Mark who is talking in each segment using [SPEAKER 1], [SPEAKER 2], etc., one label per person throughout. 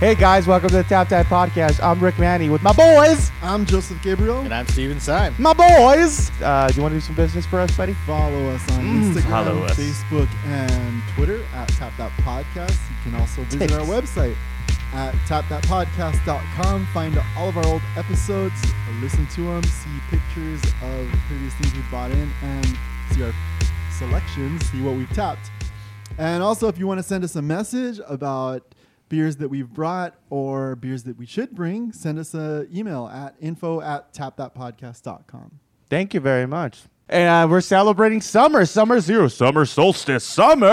[SPEAKER 1] Hey guys, welcome to the Tap Tap Podcast. I'm Rick Manny with my boys.
[SPEAKER 2] I'm Joseph Gabriel.
[SPEAKER 3] And I'm Steven Syme.
[SPEAKER 1] My boys. Uh, do you want to do some business for us, buddy?
[SPEAKER 2] Follow us on Instagram,
[SPEAKER 3] Mm, follow us.
[SPEAKER 2] Facebook, and Twitter at Tap That Podcast. You can also visit our
[SPEAKER 1] Tips.
[SPEAKER 2] website at tapthatpodcast.com. Find all of our old episodes, listen to them, see pictures of previous things we bought in, and see our selections, see what we've tapped. And also, if you want to send us a message about beers that we've brought or beers that we should bring, send us an email at info at tapthatpodcast.com.
[SPEAKER 1] Thank you very much. And uh, we're celebrating summer, summer zero, summer solstice, summer.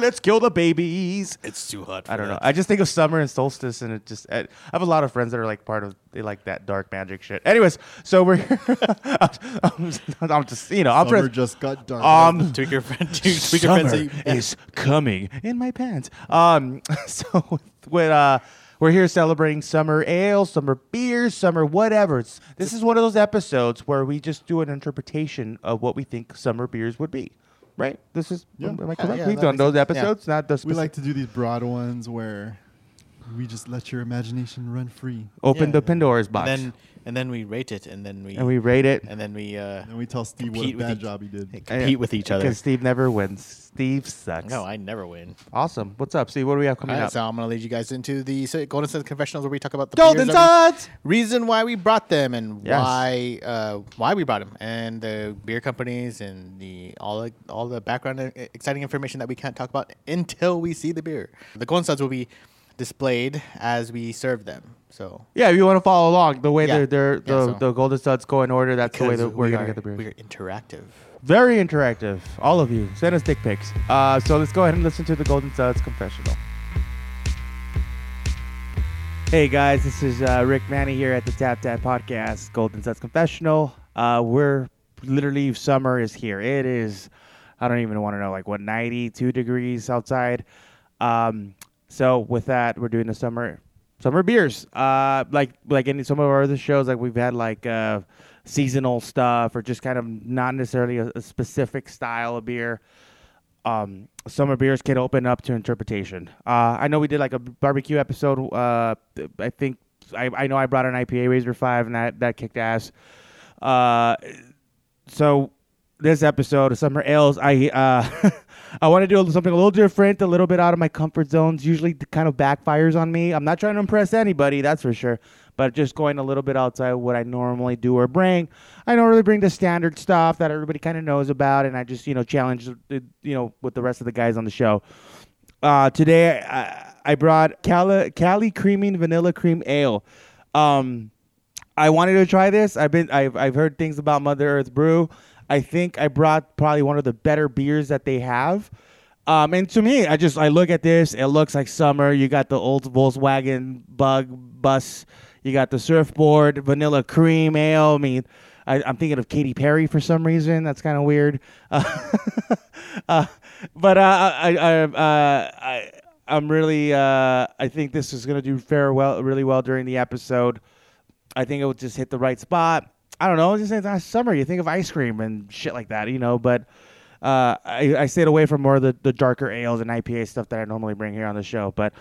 [SPEAKER 1] Let's kill the babies.
[SPEAKER 3] It's too hot. For
[SPEAKER 1] I don't know.
[SPEAKER 3] that.
[SPEAKER 1] I just think of summer and solstice, and it just. I, I have a lot of friends that are like part of they like that dark magic shit. Anyways, so we're. I'm, I'm, I'm just you know I'm
[SPEAKER 2] Summer
[SPEAKER 1] trying-
[SPEAKER 2] just got dark.
[SPEAKER 1] um
[SPEAKER 3] Tweak your friend. Tweak your friend.
[SPEAKER 1] summer
[SPEAKER 3] so you-
[SPEAKER 1] is coming in my pants. Um, so with, with uh, we're here celebrating summer ale, summer beer, summer whatever. It's, this is one of those episodes where we just do an interpretation of what we think summer beers would be. Right? This is
[SPEAKER 2] Yeah.
[SPEAKER 1] am I
[SPEAKER 2] Yeah,
[SPEAKER 1] correct?
[SPEAKER 3] yeah,
[SPEAKER 1] We've done
[SPEAKER 3] that makes
[SPEAKER 1] those
[SPEAKER 3] sense. Yeah.
[SPEAKER 1] episodes, not the
[SPEAKER 2] we
[SPEAKER 1] specific-
[SPEAKER 2] like to do these broad ones where we just let your imagination run free.
[SPEAKER 1] open
[SPEAKER 3] Yeah,
[SPEAKER 1] the
[SPEAKER 3] yeah.
[SPEAKER 1] Pandora's box
[SPEAKER 3] and
[SPEAKER 1] and,
[SPEAKER 3] then and then we rate it, and then we
[SPEAKER 1] we rate it.
[SPEAKER 3] and then we uh,
[SPEAKER 2] And we tell Steve
[SPEAKER 3] Compete
[SPEAKER 2] what
[SPEAKER 3] with
[SPEAKER 2] a bad
[SPEAKER 3] each-
[SPEAKER 2] job he did.
[SPEAKER 3] compete with each other.
[SPEAKER 1] because Steve never wins. Steve sucks.
[SPEAKER 3] No, I never win.
[SPEAKER 1] awesome. What's up, Steve? What do we have coming
[SPEAKER 3] All right,
[SPEAKER 1] up?
[SPEAKER 3] so I'm gonna lead you guys into the so- Golden Suns confessionals, where we talk about the
[SPEAKER 1] Golden
[SPEAKER 3] beers that
[SPEAKER 1] Suds.
[SPEAKER 3] we- reason why we brought them and
[SPEAKER 1] Yes.
[SPEAKER 3] why uh, why we brought them, and the beer companies and the all the, all the background uh, exciting information that we can't talk about until we see the beer. The Golden Suds will be displayed as we serve them. So
[SPEAKER 1] Yeah, if you want to follow along, the way
[SPEAKER 3] Yeah.
[SPEAKER 1] they're, they're
[SPEAKER 3] Yeah,
[SPEAKER 1] the,
[SPEAKER 3] so-
[SPEAKER 1] the golden studs go in order, that's the way that
[SPEAKER 3] Because
[SPEAKER 1] we're
[SPEAKER 3] we
[SPEAKER 1] going
[SPEAKER 3] are-
[SPEAKER 1] to get the beers.
[SPEAKER 3] We are interactive.
[SPEAKER 1] Very interactive, all of you. Send us dick pics. Uh, so let's go ahead and listen to the Golden Suds confessional. Hey guys, this is uh, Rick Manny here at the Tap Tap Podcast, Golden Suds Confessional. Uh, we're literally summer is here. It is, I don't even want to know, like what 92 degrees outside. Um, so with that, we're doing the summer summer beers. Uh, like like any some of our other shows, like we've had like uh, seasonal stuff or just kind of not necessarily a, a specific style of beer um, summer beers can open up to interpretation. Uh, I know we did like a barbecue episode. Uh, I think I, I know I brought an IPA Razor Five, and that that kicked ass. Uh, so this episode of Summer Ales, I uh, I want to do something a little different, a little bit out of my comfort zones. Usually, it kind of backfires on me. I'm not trying to impress anybody, that's for sure. But just going a little bit outside of what I normally do or bring. I don't really bring the standard stuff that everybody kind of knows about, and I just you know challenge the- you know with the rest of the guys on the show. Uh, today I, I brought Cali, Cali Creaming Vanilla Cream Ale. Um, I wanted to try this. I've been I've I've heard things about Mother Earth Brew. I think I brought probably one of the better beers that they have. Um, and to me, I just I look at this. It looks like summer. You got the old Volkswagen bug bus. You got the surfboard, vanilla cream ale. I mean, I, I'm thinking of Katy Perry for some reason. That's kind of weird. Uh, uh, but uh, I I I, uh, I I'm really uh, I think this is gonna do fair well really well during the episode. I think it would just hit the right spot. I don't know. It's just it's not summer. You think of ice cream and shit like that, you know. But uh, I, I stayed away from more of the, the darker ales and IPA stuff that I normally bring here on the show. But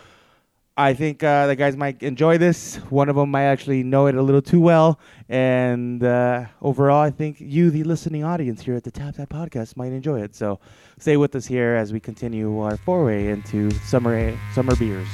[SPEAKER 1] I think uh, the guys might enjoy this. One of them might actually know it a little too well. And uh, overall, I think you, the listening audience here at the Tap Tap Podcast, might enjoy it. So stay with us here as we continue our foray into summer summer beers.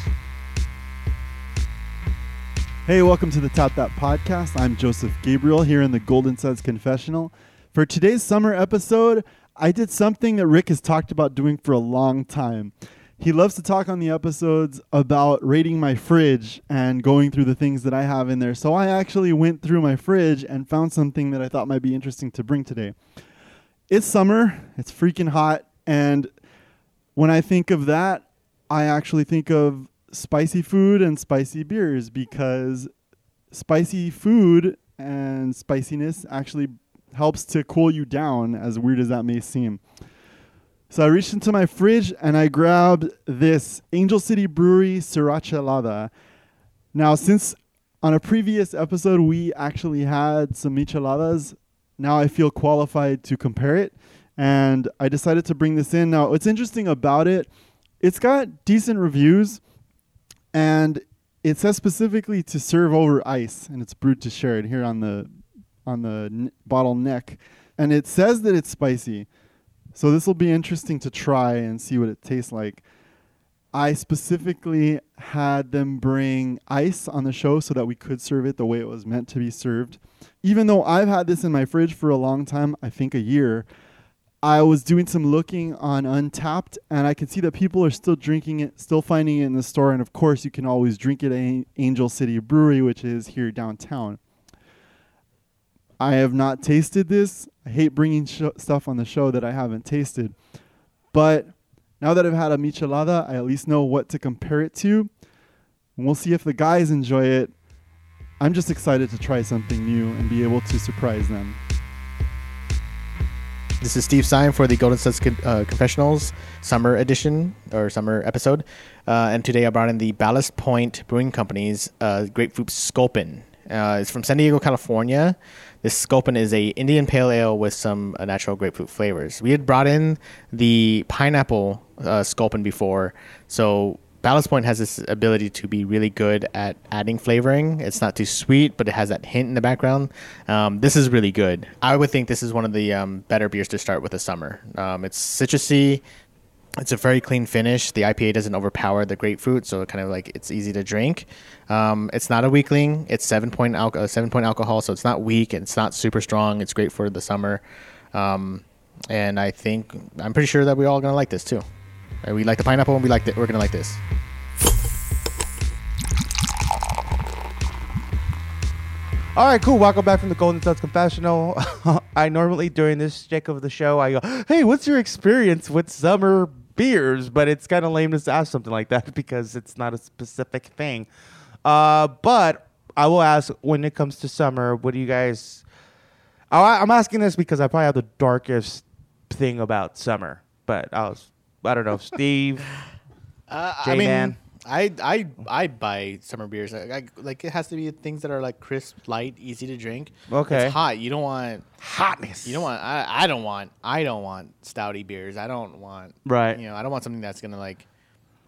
[SPEAKER 2] Hey, welcome to the Top That Podcast. I'm Joseph Gabriel here in the Golden Suds Confessional. For today's summer episode, I did something that Rick has talked about doing for a long time. He loves to talk on the episodes about raiding my fridge and going through the things that I have in there. So I actually went through my fridge and found something that I thought might be interesting to bring today. It's summer, it's freaking hot, and when I think of that, I actually think of spicy food and spicy beers because spicy food and spiciness actually helps to cool you down, as weird as that may seem. So I reached into my fridge and I grabbed this Angel City Brewery Sriracha Lada. Now, since on a previous episode we actually had some micheladas, now I feel qualified to compare it, and I decided to bring this in. Now, what's interesting about it, it's got decent reviews, and It says specifically to serve over ice, and it's brewed to share it here on the on the n- bottle neck, and it says that it's spicy. So this will be interesting to try and see what it tastes like. I specifically had them bring ice on the show so that we could serve it the way it was meant to be served. Even though I've had this in my fridge for a long time, I think a year, I was doing some looking on Untapped and I could see that people are still drinking it, still finding it in the store. And of course, you can always drink it at An- Angel City Brewery, which is here downtown. I have not tasted this. I hate bringing sho stuff on the show that I haven't tasted. But now that I've had a michelada, I at least know what to compare it to. And we'll see if the guys enjoy it. I'm just excited to try something new and be able to surprise them.
[SPEAKER 3] This is Steve Stein for the Golden Sets Con- uh, Confessionals Summer Edition or Summer Episode, uh, and today I brought in the Ballast Point Brewing Company's uh, Grapefruit Sculpin. Uh, it's from San Diego, California. This Sculpin is a Indian Pale Ale with some uh, natural grapefruit flavors. We had brought in the pineapple uh, Sculpin before, so Ballast Point has this ability to be really good at adding flavoring. It's not too sweet, but it has that hint in the background. Um, this is really good. I would think this is one of the um, better beers to start with the summer. Um, it's citrusy. It's a very clean finish. The IPA doesn't overpower the grapefruit, so it kind of like it's easy to drink. Um, it's not a weakling. It's seven point alco- uh, seven point alcohol, so it's not weak and it's not super strong. It's great for the summer, um, and I think I'm pretty sure that we're all gonna like this too. Uh, We like the pineapple, and we like the, we're gonna like this.
[SPEAKER 1] All right, cool. Welcome back from the Golden Studs Confessional. I normally during this check of the show, I go, "Hey, what's your experience with summer beers?" But it's kind of lame to ask something like that because it's not a specific thing. Uh, but I will ask when it comes to summer, what do you guys? Oh, I, I'm asking this because I probably have the darkest thing about summer, but I was, I don't know, Steve.
[SPEAKER 3] Uh, I
[SPEAKER 1] J-Man.
[SPEAKER 3] mean, I I I buy summer beers. I, I, like it has to be things that are like crisp, light, easy to drink.
[SPEAKER 1] Okay.
[SPEAKER 3] it's hot. You don't want
[SPEAKER 1] Hotness.
[SPEAKER 3] you don't want I, I don't want I don't want stouty beers. I don't want
[SPEAKER 1] Right.
[SPEAKER 3] You know, I don't want something that's gonna like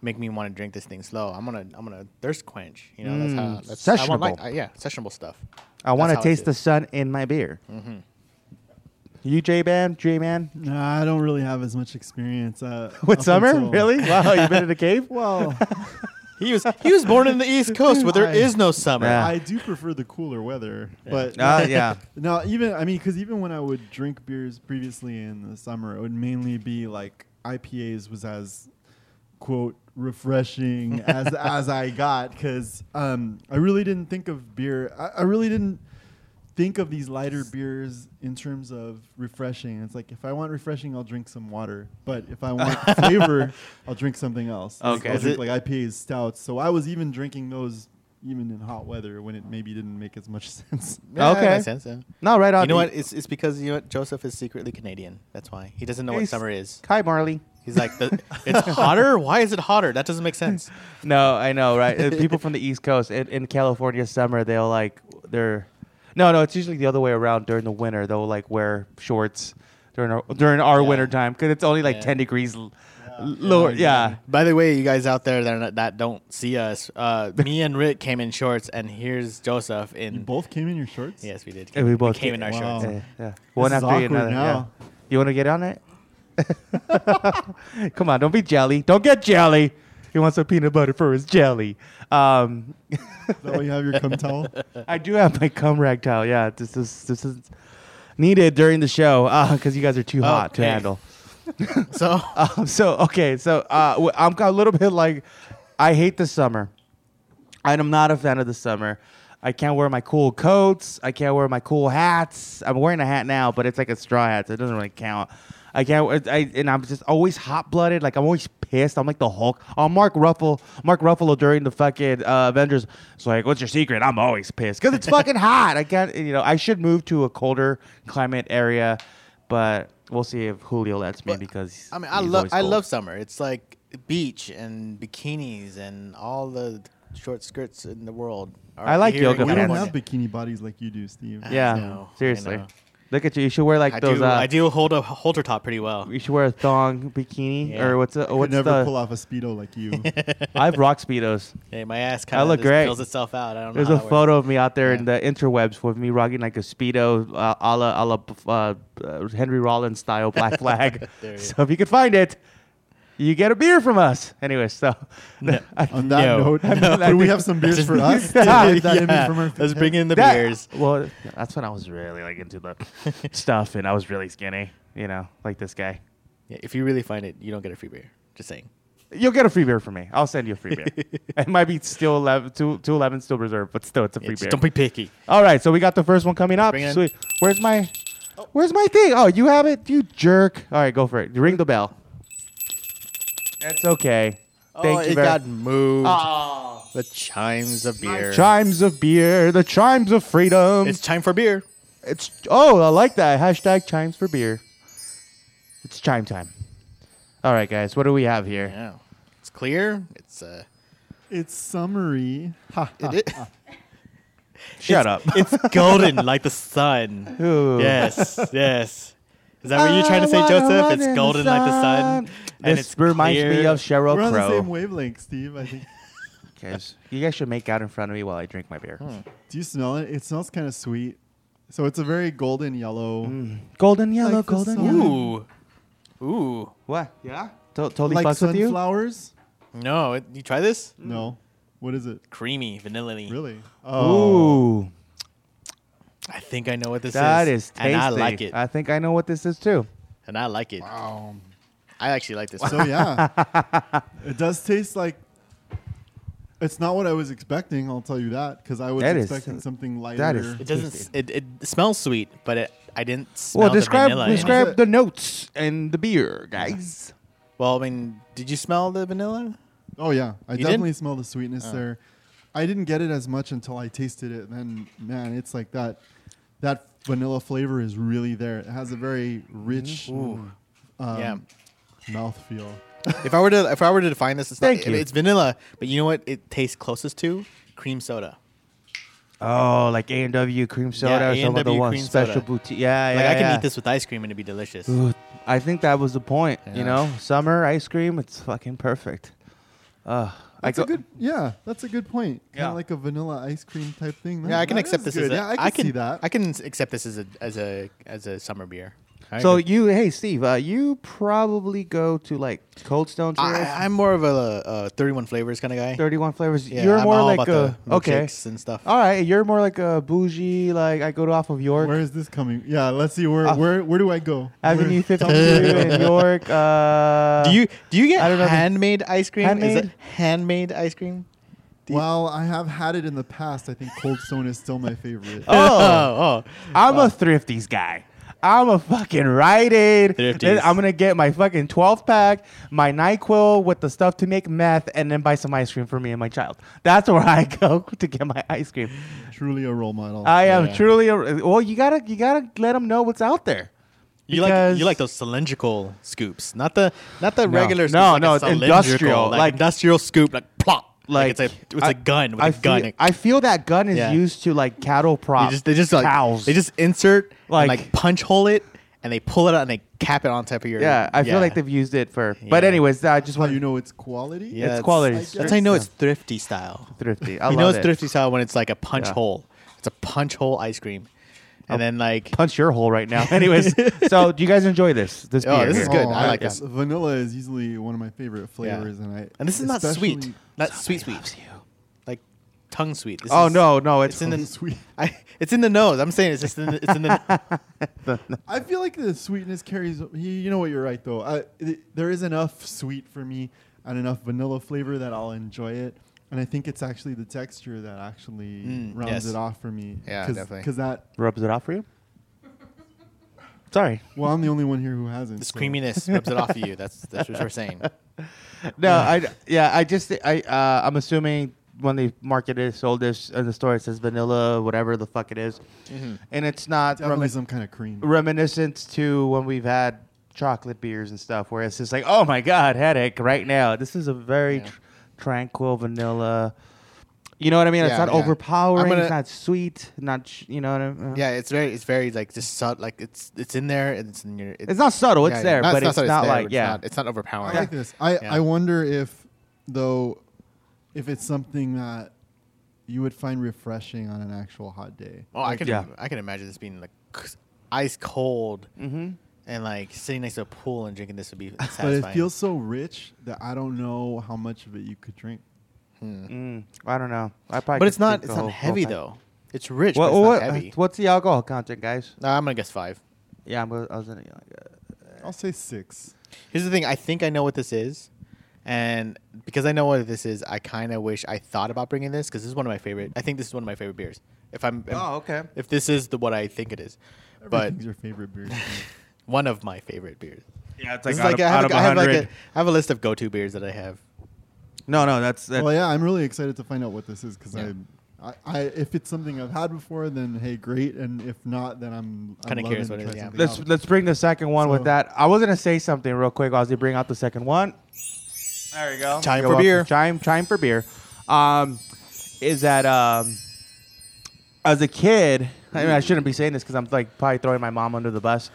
[SPEAKER 3] make me want to drink this thing slow. I'm gonna I'm gonna thirst quench. You know, that's how
[SPEAKER 1] Mm,
[SPEAKER 3] that's I want like,
[SPEAKER 1] sessionable.
[SPEAKER 3] I- yeah, sessionable stuff.
[SPEAKER 1] I want
[SPEAKER 3] That's how
[SPEAKER 1] to
[SPEAKER 3] I
[SPEAKER 1] taste
[SPEAKER 3] do
[SPEAKER 1] the
[SPEAKER 3] it. Mm-hmm.
[SPEAKER 1] sun in my beer. You J man, J man.
[SPEAKER 2] Nah, I don't really have as much experience. Uh,
[SPEAKER 1] With
[SPEAKER 2] up
[SPEAKER 1] summer?
[SPEAKER 2] until-
[SPEAKER 1] Really? Wow, you've been in a cave?
[SPEAKER 2] Well,
[SPEAKER 3] He was he was born in the East Coast where there
[SPEAKER 2] I-
[SPEAKER 3] is no summer.
[SPEAKER 1] Yeah.
[SPEAKER 2] I do prefer the cooler weather, but
[SPEAKER 1] Uh, yeah.
[SPEAKER 2] No, even I mean, because even when I would drink beers previously in the summer, it would mainly be like IPAs was as quote refreshing as as I got because um, I really didn't think of beer. I, I really didn't think of these lighter beers in terms of refreshing. It's like if I want refreshing, I'll drink some water, but if I want flavor, I'll drink something else. Like,
[SPEAKER 1] Okay.
[SPEAKER 2] I'll
[SPEAKER 1] Is
[SPEAKER 2] drink
[SPEAKER 3] it-
[SPEAKER 2] like IPAs, stouts. So I was even drinking those. Even in hot weather, when it maybe didn't make as much sense.
[SPEAKER 3] Yeah, that
[SPEAKER 1] Okay.
[SPEAKER 3] makes sense, yeah.
[SPEAKER 1] No, right on.
[SPEAKER 3] You know what? It's it's because you know what? Joseph is secretly Canadian. That's why he doesn't know what
[SPEAKER 1] He's-
[SPEAKER 3] summer is.
[SPEAKER 1] Hi, Marley.
[SPEAKER 3] He's like, the, it's hotter. Why is it hotter? That doesn't make sense.
[SPEAKER 1] No, I know, right? Uh, People from the East Coast in, in California summer, they'll like they're no, no. It's usually the other way around. During the winter, they'll like wear shorts during our, during our
[SPEAKER 3] Yeah.
[SPEAKER 1] winter time because it's only like
[SPEAKER 3] Yeah.
[SPEAKER 1] ten degrees l- lower. Yeah.
[SPEAKER 3] By the way, you guys out there that, are not, that don't see us, uh, me and Rick came in shorts, and here's Joseph in.
[SPEAKER 2] You both came in your shorts.
[SPEAKER 3] yes, we did.
[SPEAKER 1] Yeah, we both
[SPEAKER 3] came in
[SPEAKER 1] did.
[SPEAKER 3] our
[SPEAKER 2] Wow.
[SPEAKER 3] shorts.
[SPEAKER 1] Yeah, yeah. One
[SPEAKER 2] is
[SPEAKER 1] after
[SPEAKER 2] awkward
[SPEAKER 1] another.
[SPEAKER 2] now.
[SPEAKER 1] Yeah. You want to get on it? Come on, don't be jelly. Don't get jelly. He wants some peanut butter for his jelly. Um,
[SPEAKER 2] Is that why you have your cum towel?
[SPEAKER 1] I do have my cum rag towel. Yeah, this is this is needed during the show because you guys are too hot to
[SPEAKER 3] Okay.
[SPEAKER 1] handle.
[SPEAKER 3] So
[SPEAKER 2] Uh,
[SPEAKER 1] Um, so okay, so uh, w- I'm a little bit like I hate the summer. I am not a fan of the summer. I can't wear my cool coats. I can't wear my cool hats. I'm wearing a hat now, but it's like a straw hat, so it doesn't really count. I can't. I and I'm just always hot blooded. Like I'm always pissed. I'm like the Hulk. On Mark Ruffalo, Mark Ruffalo during the fucking uh, Avengers. It's like, what's your secret? I'm always pissed because it's fucking hot. I can't. You know, I should move to a colder climate area, but we'll see if Julio lets me
[SPEAKER 3] But,
[SPEAKER 1] because
[SPEAKER 3] I mean, I
[SPEAKER 1] he's
[SPEAKER 3] love
[SPEAKER 1] always
[SPEAKER 3] I
[SPEAKER 1] cold.
[SPEAKER 3] love summer. It's like beach and bikinis and all the short skirts in the world. are
[SPEAKER 1] I like
[SPEAKER 3] here in
[SPEAKER 1] yoga
[SPEAKER 2] we don't
[SPEAKER 1] pants.
[SPEAKER 2] have
[SPEAKER 3] California.
[SPEAKER 2] bikini bodies like you do, Steve.
[SPEAKER 1] Yeah,
[SPEAKER 3] I know, I
[SPEAKER 1] seriously.
[SPEAKER 3] know.
[SPEAKER 1] Look at you. You should wear like
[SPEAKER 3] I
[SPEAKER 1] those.
[SPEAKER 3] do.
[SPEAKER 1] uh,
[SPEAKER 3] I do hold a halter top pretty well.
[SPEAKER 1] You should wear a thong bikini
[SPEAKER 3] Yeah.
[SPEAKER 1] or what's the,
[SPEAKER 2] I would
[SPEAKER 1] what's
[SPEAKER 2] never pull
[SPEAKER 1] the?
[SPEAKER 2] off a speedo like you.
[SPEAKER 1] I have rock speedos.
[SPEAKER 3] Hey, my ass kind
[SPEAKER 1] look
[SPEAKER 3] of
[SPEAKER 1] great.
[SPEAKER 3] fills itself out. I don't
[SPEAKER 1] There's
[SPEAKER 3] know.
[SPEAKER 1] a
[SPEAKER 3] how that works.
[SPEAKER 1] photo of me out there in
[SPEAKER 3] Yeah.
[SPEAKER 1] the interwebs with me rocking like a speedo, uh, a la a la uh, uh, Henry Rollins style black flag.
[SPEAKER 3] There you
[SPEAKER 1] so if you can find it, you get a beer from us. Anyway, so
[SPEAKER 2] On that
[SPEAKER 3] No.
[SPEAKER 2] note, do we have some beers for us? to
[SPEAKER 1] Yeah.
[SPEAKER 2] get that image
[SPEAKER 3] Yeah,
[SPEAKER 2] from our-
[SPEAKER 3] let's bring in the
[SPEAKER 1] That-
[SPEAKER 3] beers.
[SPEAKER 1] Well, that's when I was really like into the stuff, and I was really skinny. You know, like this guy.
[SPEAKER 3] Yeah, if you really find it, you don't get a free beer. Just saying.
[SPEAKER 1] You'll get a free beer from me. I'll send you a free beer. it might be still 11, two, two 11 still reserved, but still, it's a
[SPEAKER 3] Yeah,
[SPEAKER 1] free
[SPEAKER 3] just
[SPEAKER 1] beer.
[SPEAKER 3] don't be picky.
[SPEAKER 1] All right, so we got the first one coming up.
[SPEAKER 3] Bring it in.
[SPEAKER 1] Sweet. Where's my, where's my thing? Oh, you have it, you jerk. All right, go for it. Ring the bell. That's okay. Thank
[SPEAKER 3] oh,
[SPEAKER 1] you
[SPEAKER 3] it
[SPEAKER 1] very
[SPEAKER 3] got moved.
[SPEAKER 1] Ah,
[SPEAKER 3] The chimes of beer.
[SPEAKER 1] chimes of beer, the chimes of freedom.
[SPEAKER 3] It's time for beer.
[SPEAKER 1] It's oh, I like that hashtag chimes for beer. It's chime time. All right, guys, what do we have here?
[SPEAKER 3] Yeah. It's clear. It's uh.
[SPEAKER 2] It's summery. Ha, ha.
[SPEAKER 3] It i-
[SPEAKER 1] Shut up.
[SPEAKER 3] it's golden like the sun.
[SPEAKER 1] Ooh.
[SPEAKER 3] Yes, yes. Is that what you're trying to say, Joseph? It's golden like the sun. And
[SPEAKER 1] This
[SPEAKER 3] it's
[SPEAKER 1] reminds me
[SPEAKER 3] clear.
[SPEAKER 1] of Cheryl
[SPEAKER 2] We're on the same
[SPEAKER 1] Crow.
[SPEAKER 2] wavelength, Steve. I think.
[SPEAKER 1] Guys, you guys should make out in front of me while I drink my beer.
[SPEAKER 3] Hmm.
[SPEAKER 2] Do you smell it? It smells kind of sweet. So it's a very golden yellow.
[SPEAKER 1] Mm. Golden yellow,
[SPEAKER 2] Like the
[SPEAKER 1] golden
[SPEAKER 2] sun.
[SPEAKER 1] yellow.
[SPEAKER 3] Ooh, ooh.
[SPEAKER 1] What? Yeah. To- totally
[SPEAKER 2] Like
[SPEAKER 1] fucks with you. Mm.
[SPEAKER 2] sunflowers?
[SPEAKER 3] No, it, you try this?
[SPEAKER 2] No. What is it?
[SPEAKER 3] Creamy, vanilla.
[SPEAKER 2] Really? Oh,
[SPEAKER 1] Ooh,
[SPEAKER 3] Oh. I think I know what this is.
[SPEAKER 1] that is tasty.
[SPEAKER 3] And I like it.
[SPEAKER 1] I think I know what this is too.
[SPEAKER 3] and I like it.
[SPEAKER 2] Wow.
[SPEAKER 3] I actually like this.
[SPEAKER 2] So yeah, it does taste like. It's not what I was expecting. I'll tell you that because I was
[SPEAKER 1] That is-
[SPEAKER 2] expecting something lighter.
[SPEAKER 1] that is-
[SPEAKER 3] it doesn't. It, it smells sweet, but it, I didn't smell
[SPEAKER 1] Well,
[SPEAKER 3] the
[SPEAKER 1] describe
[SPEAKER 3] vanilla. in it.
[SPEAKER 1] describe the notes and the beer, guys.
[SPEAKER 3] Well, I mean, did you smell the vanilla?
[SPEAKER 2] oh yeah, I
[SPEAKER 3] did?
[SPEAKER 2] definitely smell the sweetness
[SPEAKER 1] Oh.
[SPEAKER 2] there. I didn't get it as much until I tasted it. Then man, it's like that. That vanilla flavor is really there. It has a very rich
[SPEAKER 1] Mm-hmm.
[SPEAKER 2] um,
[SPEAKER 3] yeah.
[SPEAKER 2] mouthfeel.
[SPEAKER 3] If I were to, if I were to define this, it's not-
[SPEAKER 1] Thank you.
[SPEAKER 3] It's vanilla, but you know what? It tastes closest to cream soda.
[SPEAKER 1] Oh, like A and W cream soda or some of the
[SPEAKER 3] A&W
[SPEAKER 1] ones
[SPEAKER 3] cream
[SPEAKER 1] special
[SPEAKER 3] soda.
[SPEAKER 1] boutique. Yeah, yeah.
[SPEAKER 3] Like I
[SPEAKER 1] yeah.
[SPEAKER 3] can eat this with ice cream and it'd be delicious.
[SPEAKER 1] Ooh, I think that was the point. You
[SPEAKER 3] Yeah.
[SPEAKER 1] know, summer ice cream. It's fucking perfect. Uh, I
[SPEAKER 2] That's a
[SPEAKER 1] go-
[SPEAKER 2] good, yeah, that's a good point. Kind
[SPEAKER 1] Yeah.
[SPEAKER 2] of like a vanilla ice cream type thing.
[SPEAKER 3] Yeah, I
[SPEAKER 2] That-
[SPEAKER 3] can
[SPEAKER 2] that
[SPEAKER 3] accept
[SPEAKER 2] is
[SPEAKER 3] this as
[SPEAKER 2] good.
[SPEAKER 3] a,
[SPEAKER 2] yeah, I can, see that.
[SPEAKER 3] I can s- accept this as a as a as a summer beer. I
[SPEAKER 1] So
[SPEAKER 3] agree.
[SPEAKER 1] you, hey Steve, uh, you probably go to like Cold Stone Trail,
[SPEAKER 3] I, I'm more of a, uh 31 flavors kind of guy.
[SPEAKER 1] thirty-one flavors.
[SPEAKER 3] Yeah,
[SPEAKER 1] you're
[SPEAKER 3] I'm
[SPEAKER 1] more
[SPEAKER 3] all
[SPEAKER 1] like
[SPEAKER 3] about
[SPEAKER 1] a
[SPEAKER 3] the
[SPEAKER 1] okay.
[SPEAKER 3] milkshakes and stuff.
[SPEAKER 1] All right, you're more like a bougie. Like I go to off of York
[SPEAKER 2] Where is this coming? Yeah, let's see. Where
[SPEAKER 1] Uh,
[SPEAKER 2] where where do I go?
[SPEAKER 1] Avenue
[SPEAKER 2] Where-
[SPEAKER 1] Fifty Two in York. Uh,
[SPEAKER 3] do you do you get
[SPEAKER 1] I don't know if it-
[SPEAKER 3] handmade ice cream? Is it
[SPEAKER 1] Handmade?
[SPEAKER 3] handmade ice cream? Do you-
[SPEAKER 2] Well, I have had it in the past. I think Cold Stone is still my favorite.
[SPEAKER 1] Oh.
[SPEAKER 3] oh,
[SPEAKER 1] I'm a thrifties guy. I'm a fucking Rite Aid. Then
[SPEAKER 3] Thrifties.
[SPEAKER 1] I'm gonna get my fucking 12 pack, my Nyquil with the stuff to make meth, and then buy some ice cream for me and my child. That's where I go to get my ice cream.
[SPEAKER 2] Truly a role model.
[SPEAKER 1] I am
[SPEAKER 3] Yeah.
[SPEAKER 1] truly a well. You gotta you gotta let them know what's out there.
[SPEAKER 3] You
[SPEAKER 1] Because-
[SPEAKER 3] like you like those cylindrical scoops, not the not the
[SPEAKER 1] No.
[SPEAKER 3] regular.
[SPEAKER 1] No,
[SPEAKER 3] scoops, like
[SPEAKER 1] no,
[SPEAKER 3] a
[SPEAKER 1] it's
[SPEAKER 3] cylindrical,
[SPEAKER 1] industrial,
[SPEAKER 3] like,
[SPEAKER 1] like-
[SPEAKER 3] industrial scoop, like plop,
[SPEAKER 1] Like,
[SPEAKER 3] like, it's a it's a
[SPEAKER 1] I-
[SPEAKER 3] gun with a
[SPEAKER 1] I
[SPEAKER 3] gun.
[SPEAKER 1] Feel,
[SPEAKER 3] It-
[SPEAKER 1] I feel that gun is
[SPEAKER 3] Yeah.
[SPEAKER 1] used to like cattle
[SPEAKER 3] They
[SPEAKER 1] prop.
[SPEAKER 3] just they just like
[SPEAKER 1] cows.
[SPEAKER 3] they just insert
[SPEAKER 1] Like-
[SPEAKER 3] like like punch hole it and they pull it out and they cap it on top of your
[SPEAKER 1] yeah. I feel like they've used it for. But
[SPEAKER 3] Yeah.
[SPEAKER 1] anyways, I just
[SPEAKER 2] That's how
[SPEAKER 1] want
[SPEAKER 2] you know it's quality.
[SPEAKER 3] Yeah,
[SPEAKER 1] it's quality.
[SPEAKER 3] That's how you know it's thrifty style.
[SPEAKER 1] thrifty. I
[SPEAKER 3] you
[SPEAKER 1] love
[SPEAKER 3] know it's
[SPEAKER 1] it.
[SPEAKER 3] thrifty style when it's like a punch
[SPEAKER 1] Yeah.
[SPEAKER 3] hole. It's a punch hole ice cream, and then like
[SPEAKER 1] punch your hole right now. Anyways, so do you guys enjoy this? This
[SPEAKER 3] Oh,
[SPEAKER 1] beer
[SPEAKER 3] this is
[SPEAKER 1] here?
[SPEAKER 3] good.
[SPEAKER 2] Oh,
[SPEAKER 3] I like
[SPEAKER 2] it's- Vanilla is easily one of my favorite flavors, and I
[SPEAKER 3] and this is not sweet,
[SPEAKER 2] especially-
[SPEAKER 3] not sweet sweet, like tongue sweet. This
[SPEAKER 1] Oh
[SPEAKER 3] is-
[SPEAKER 1] no, no, it's,
[SPEAKER 3] it's in the
[SPEAKER 2] Sweet.
[SPEAKER 3] I, it's in the nose. I'm saying it's just in the, it's in the
[SPEAKER 2] I feel like the sweetness carries. You you know what? You're right though. I, it, there is enough sweet for me and enough vanilla flavor that I'll enjoy it. And I think it's actually the texture that actually
[SPEAKER 3] Mm,
[SPEAKER 2] rounds
[SPEAKER 3] yes.
[SPEAKER 2] it off for me.
[SPEAKER 3] Yeah,
[SPEAKER 2] Cause,
[SPEAKER 3] definitely.
[SPEAKER 2] Because that.
[SPEAKER 1] rubs it off for you. Sorry,
[SPEAKER 2] Well, I'm the only one here who hasn't.
[SPEAKER 3] this
[SPEAKER 2] so-
[SPEAKER 3] creaminess rubs it off of you. That's that's what we're saying.
[SPEAKER 1] no, I yeah, I just I uh, I'm assuming when they marketed it, sold this in the store, it says vanilla, whatever the fuck it is.
[SPEAKER 3] Mm-hmm.
[SPEAKER 1] and it's not
[SPEAKER 2] Definitely
[SPEAKER 1] remi-
[SPEAKER 2] some kind of cream.
[SPEAKER 1] reminiscent to when we've had chocolate beers and stuff, where it's just like, oh my god, headache right now. This is a very
[SPEAKER 3] Yeah.
[SPEAKER 1] tr- tranquil vanilla. You know what I mean? it's
[SPEAKER 3] Yeah,
[SPEAKER 1] not
[SPEAKER 3] yeah.
[SPEAKER 1] overpowering.
[SPEAKER 3] I'm gonna-
[SPEAKER 1] it's not sweet. Not sh- you know what I mean?
[SPEAKER 3] Yeah, it's very, it's very like just subtle. Like it's, it's in there, and it's in your.
[SPEAKER 1] It's not subtle. It's
[SPEAKER 3] yeah, yeah.
[SPEAKER 1] there, but
[SPEAKER 3] not
[SPEAKER 1] it's
[SPEAKER 3] subtle,
[SPEAKER 1] not
[SPEAKER 3] there,
[SPEAKER 1] like
[SPEAKER 3] but
[SPEAKER 1] yeah.
[SPEAKER 3] It's not, it's not overpowering.
[SPEAKER 2] I like this. I,
[SPEAKER 3] Yeah.
[SPEAKER 2] I wonder if, though, if it's something that you would find refreshing on an actual hot day.
[SPEAKER 3] Oh, I can,
[SPEAKER 1] Yeah.
[SPEAKER 3] I can imagine this being like c- ice cold
[SPEAKER 1] mm-hmm.
[SPEAKER 3] and like sitting next to a pool and drinking this would be
[SPEAKER 2] But
[SPEAKER 3] satisfying.
[SPEAKER 2] it feels so rich that I don't know how much of it you could drink.
[SPEAKER 3] Hmm.
[SPEAKER 1] Mm, I don't know. I probably.
[SPEAKER 3] but
[SPEAKER 1] could
[SPEAKER 3] it's not,
[SPEAKER 1] drink
[SPEAKER 3] it's
[SPEAKER 1] the
[SPEAKER 3] not
[SPEAKER 1] whole-
[SPEAKER 3] heavy
[SPEAKER 1] whole thing.
[SPEAKER 3] though. It's rich,
[SPEAKER 1] What,
[SPEAKER 3] but it's
[SPEAKER 1] what-
[SPEAKER 3] not heavy.
[SPEAKER 1] what's the alcohol content, guys?
[SPEAKER 3] Nah, I'm gonna guess five.
[SPEAKER 1] Yeah, I'm gonna, I was gonna. Like, uh,
[SPEAKER 2] I'll say six.
[SPEAKER 3] Here's the thing. I think I know what this is, and because I know what this is, I kind of wish I thought about bringing this because this is one of my favorite. I think this is one of my favorite beers. If I'm,
[SPEAKER 1] Oh, okay.
[SPEAKER 3] If this is the what I think it is, but
[SPEAKER 2] Everything's your favorite beer.
[SPEAKER 3] one of my favorite beers.
[SPEAKER 1] yeah, it's
[SPEAKER 3] This is I have, a- I have like a, I have a list of go-to beers that I have.
[SPEAKER 1] no, no, that's, that's
[SPEAKER 2] well, yeah, I'm really excited to find out what this is because
[SPEAKER 3] Yeah.
[SPEAKER 2] I, I, if it's something I've had before, then hey, great. And if not, then I'm I'm
[SPEAKER 3] Kinda curious
[SPEAKER 2] loving to try
[SPEAKER 3] what it is, yeah.
[SPEAKER 2] something
[SPEAKER 1] Let's
[SPEAKER 2] else.
[SPEAKER 1] let's bring the second one with
[SPEAKER 2] So-
[SPEAKER 1] that. I was gonna say something real quick while they bring out the second one. There we go.
[SPEAKER 3] Chime
[SPEAKER 1] You're
[SPEAKER 3] for
[SPEAKER 1] welcome.
[SPEAKER 3] beer.
[SPEAKER 1] Chime chime for beer. Um, is that um, as a kid? I mean, I
[SPEAKER 3] Mm.
[SPEAKER 1] shouldn't be saying this because I'm like probably throwing my mom under the bus.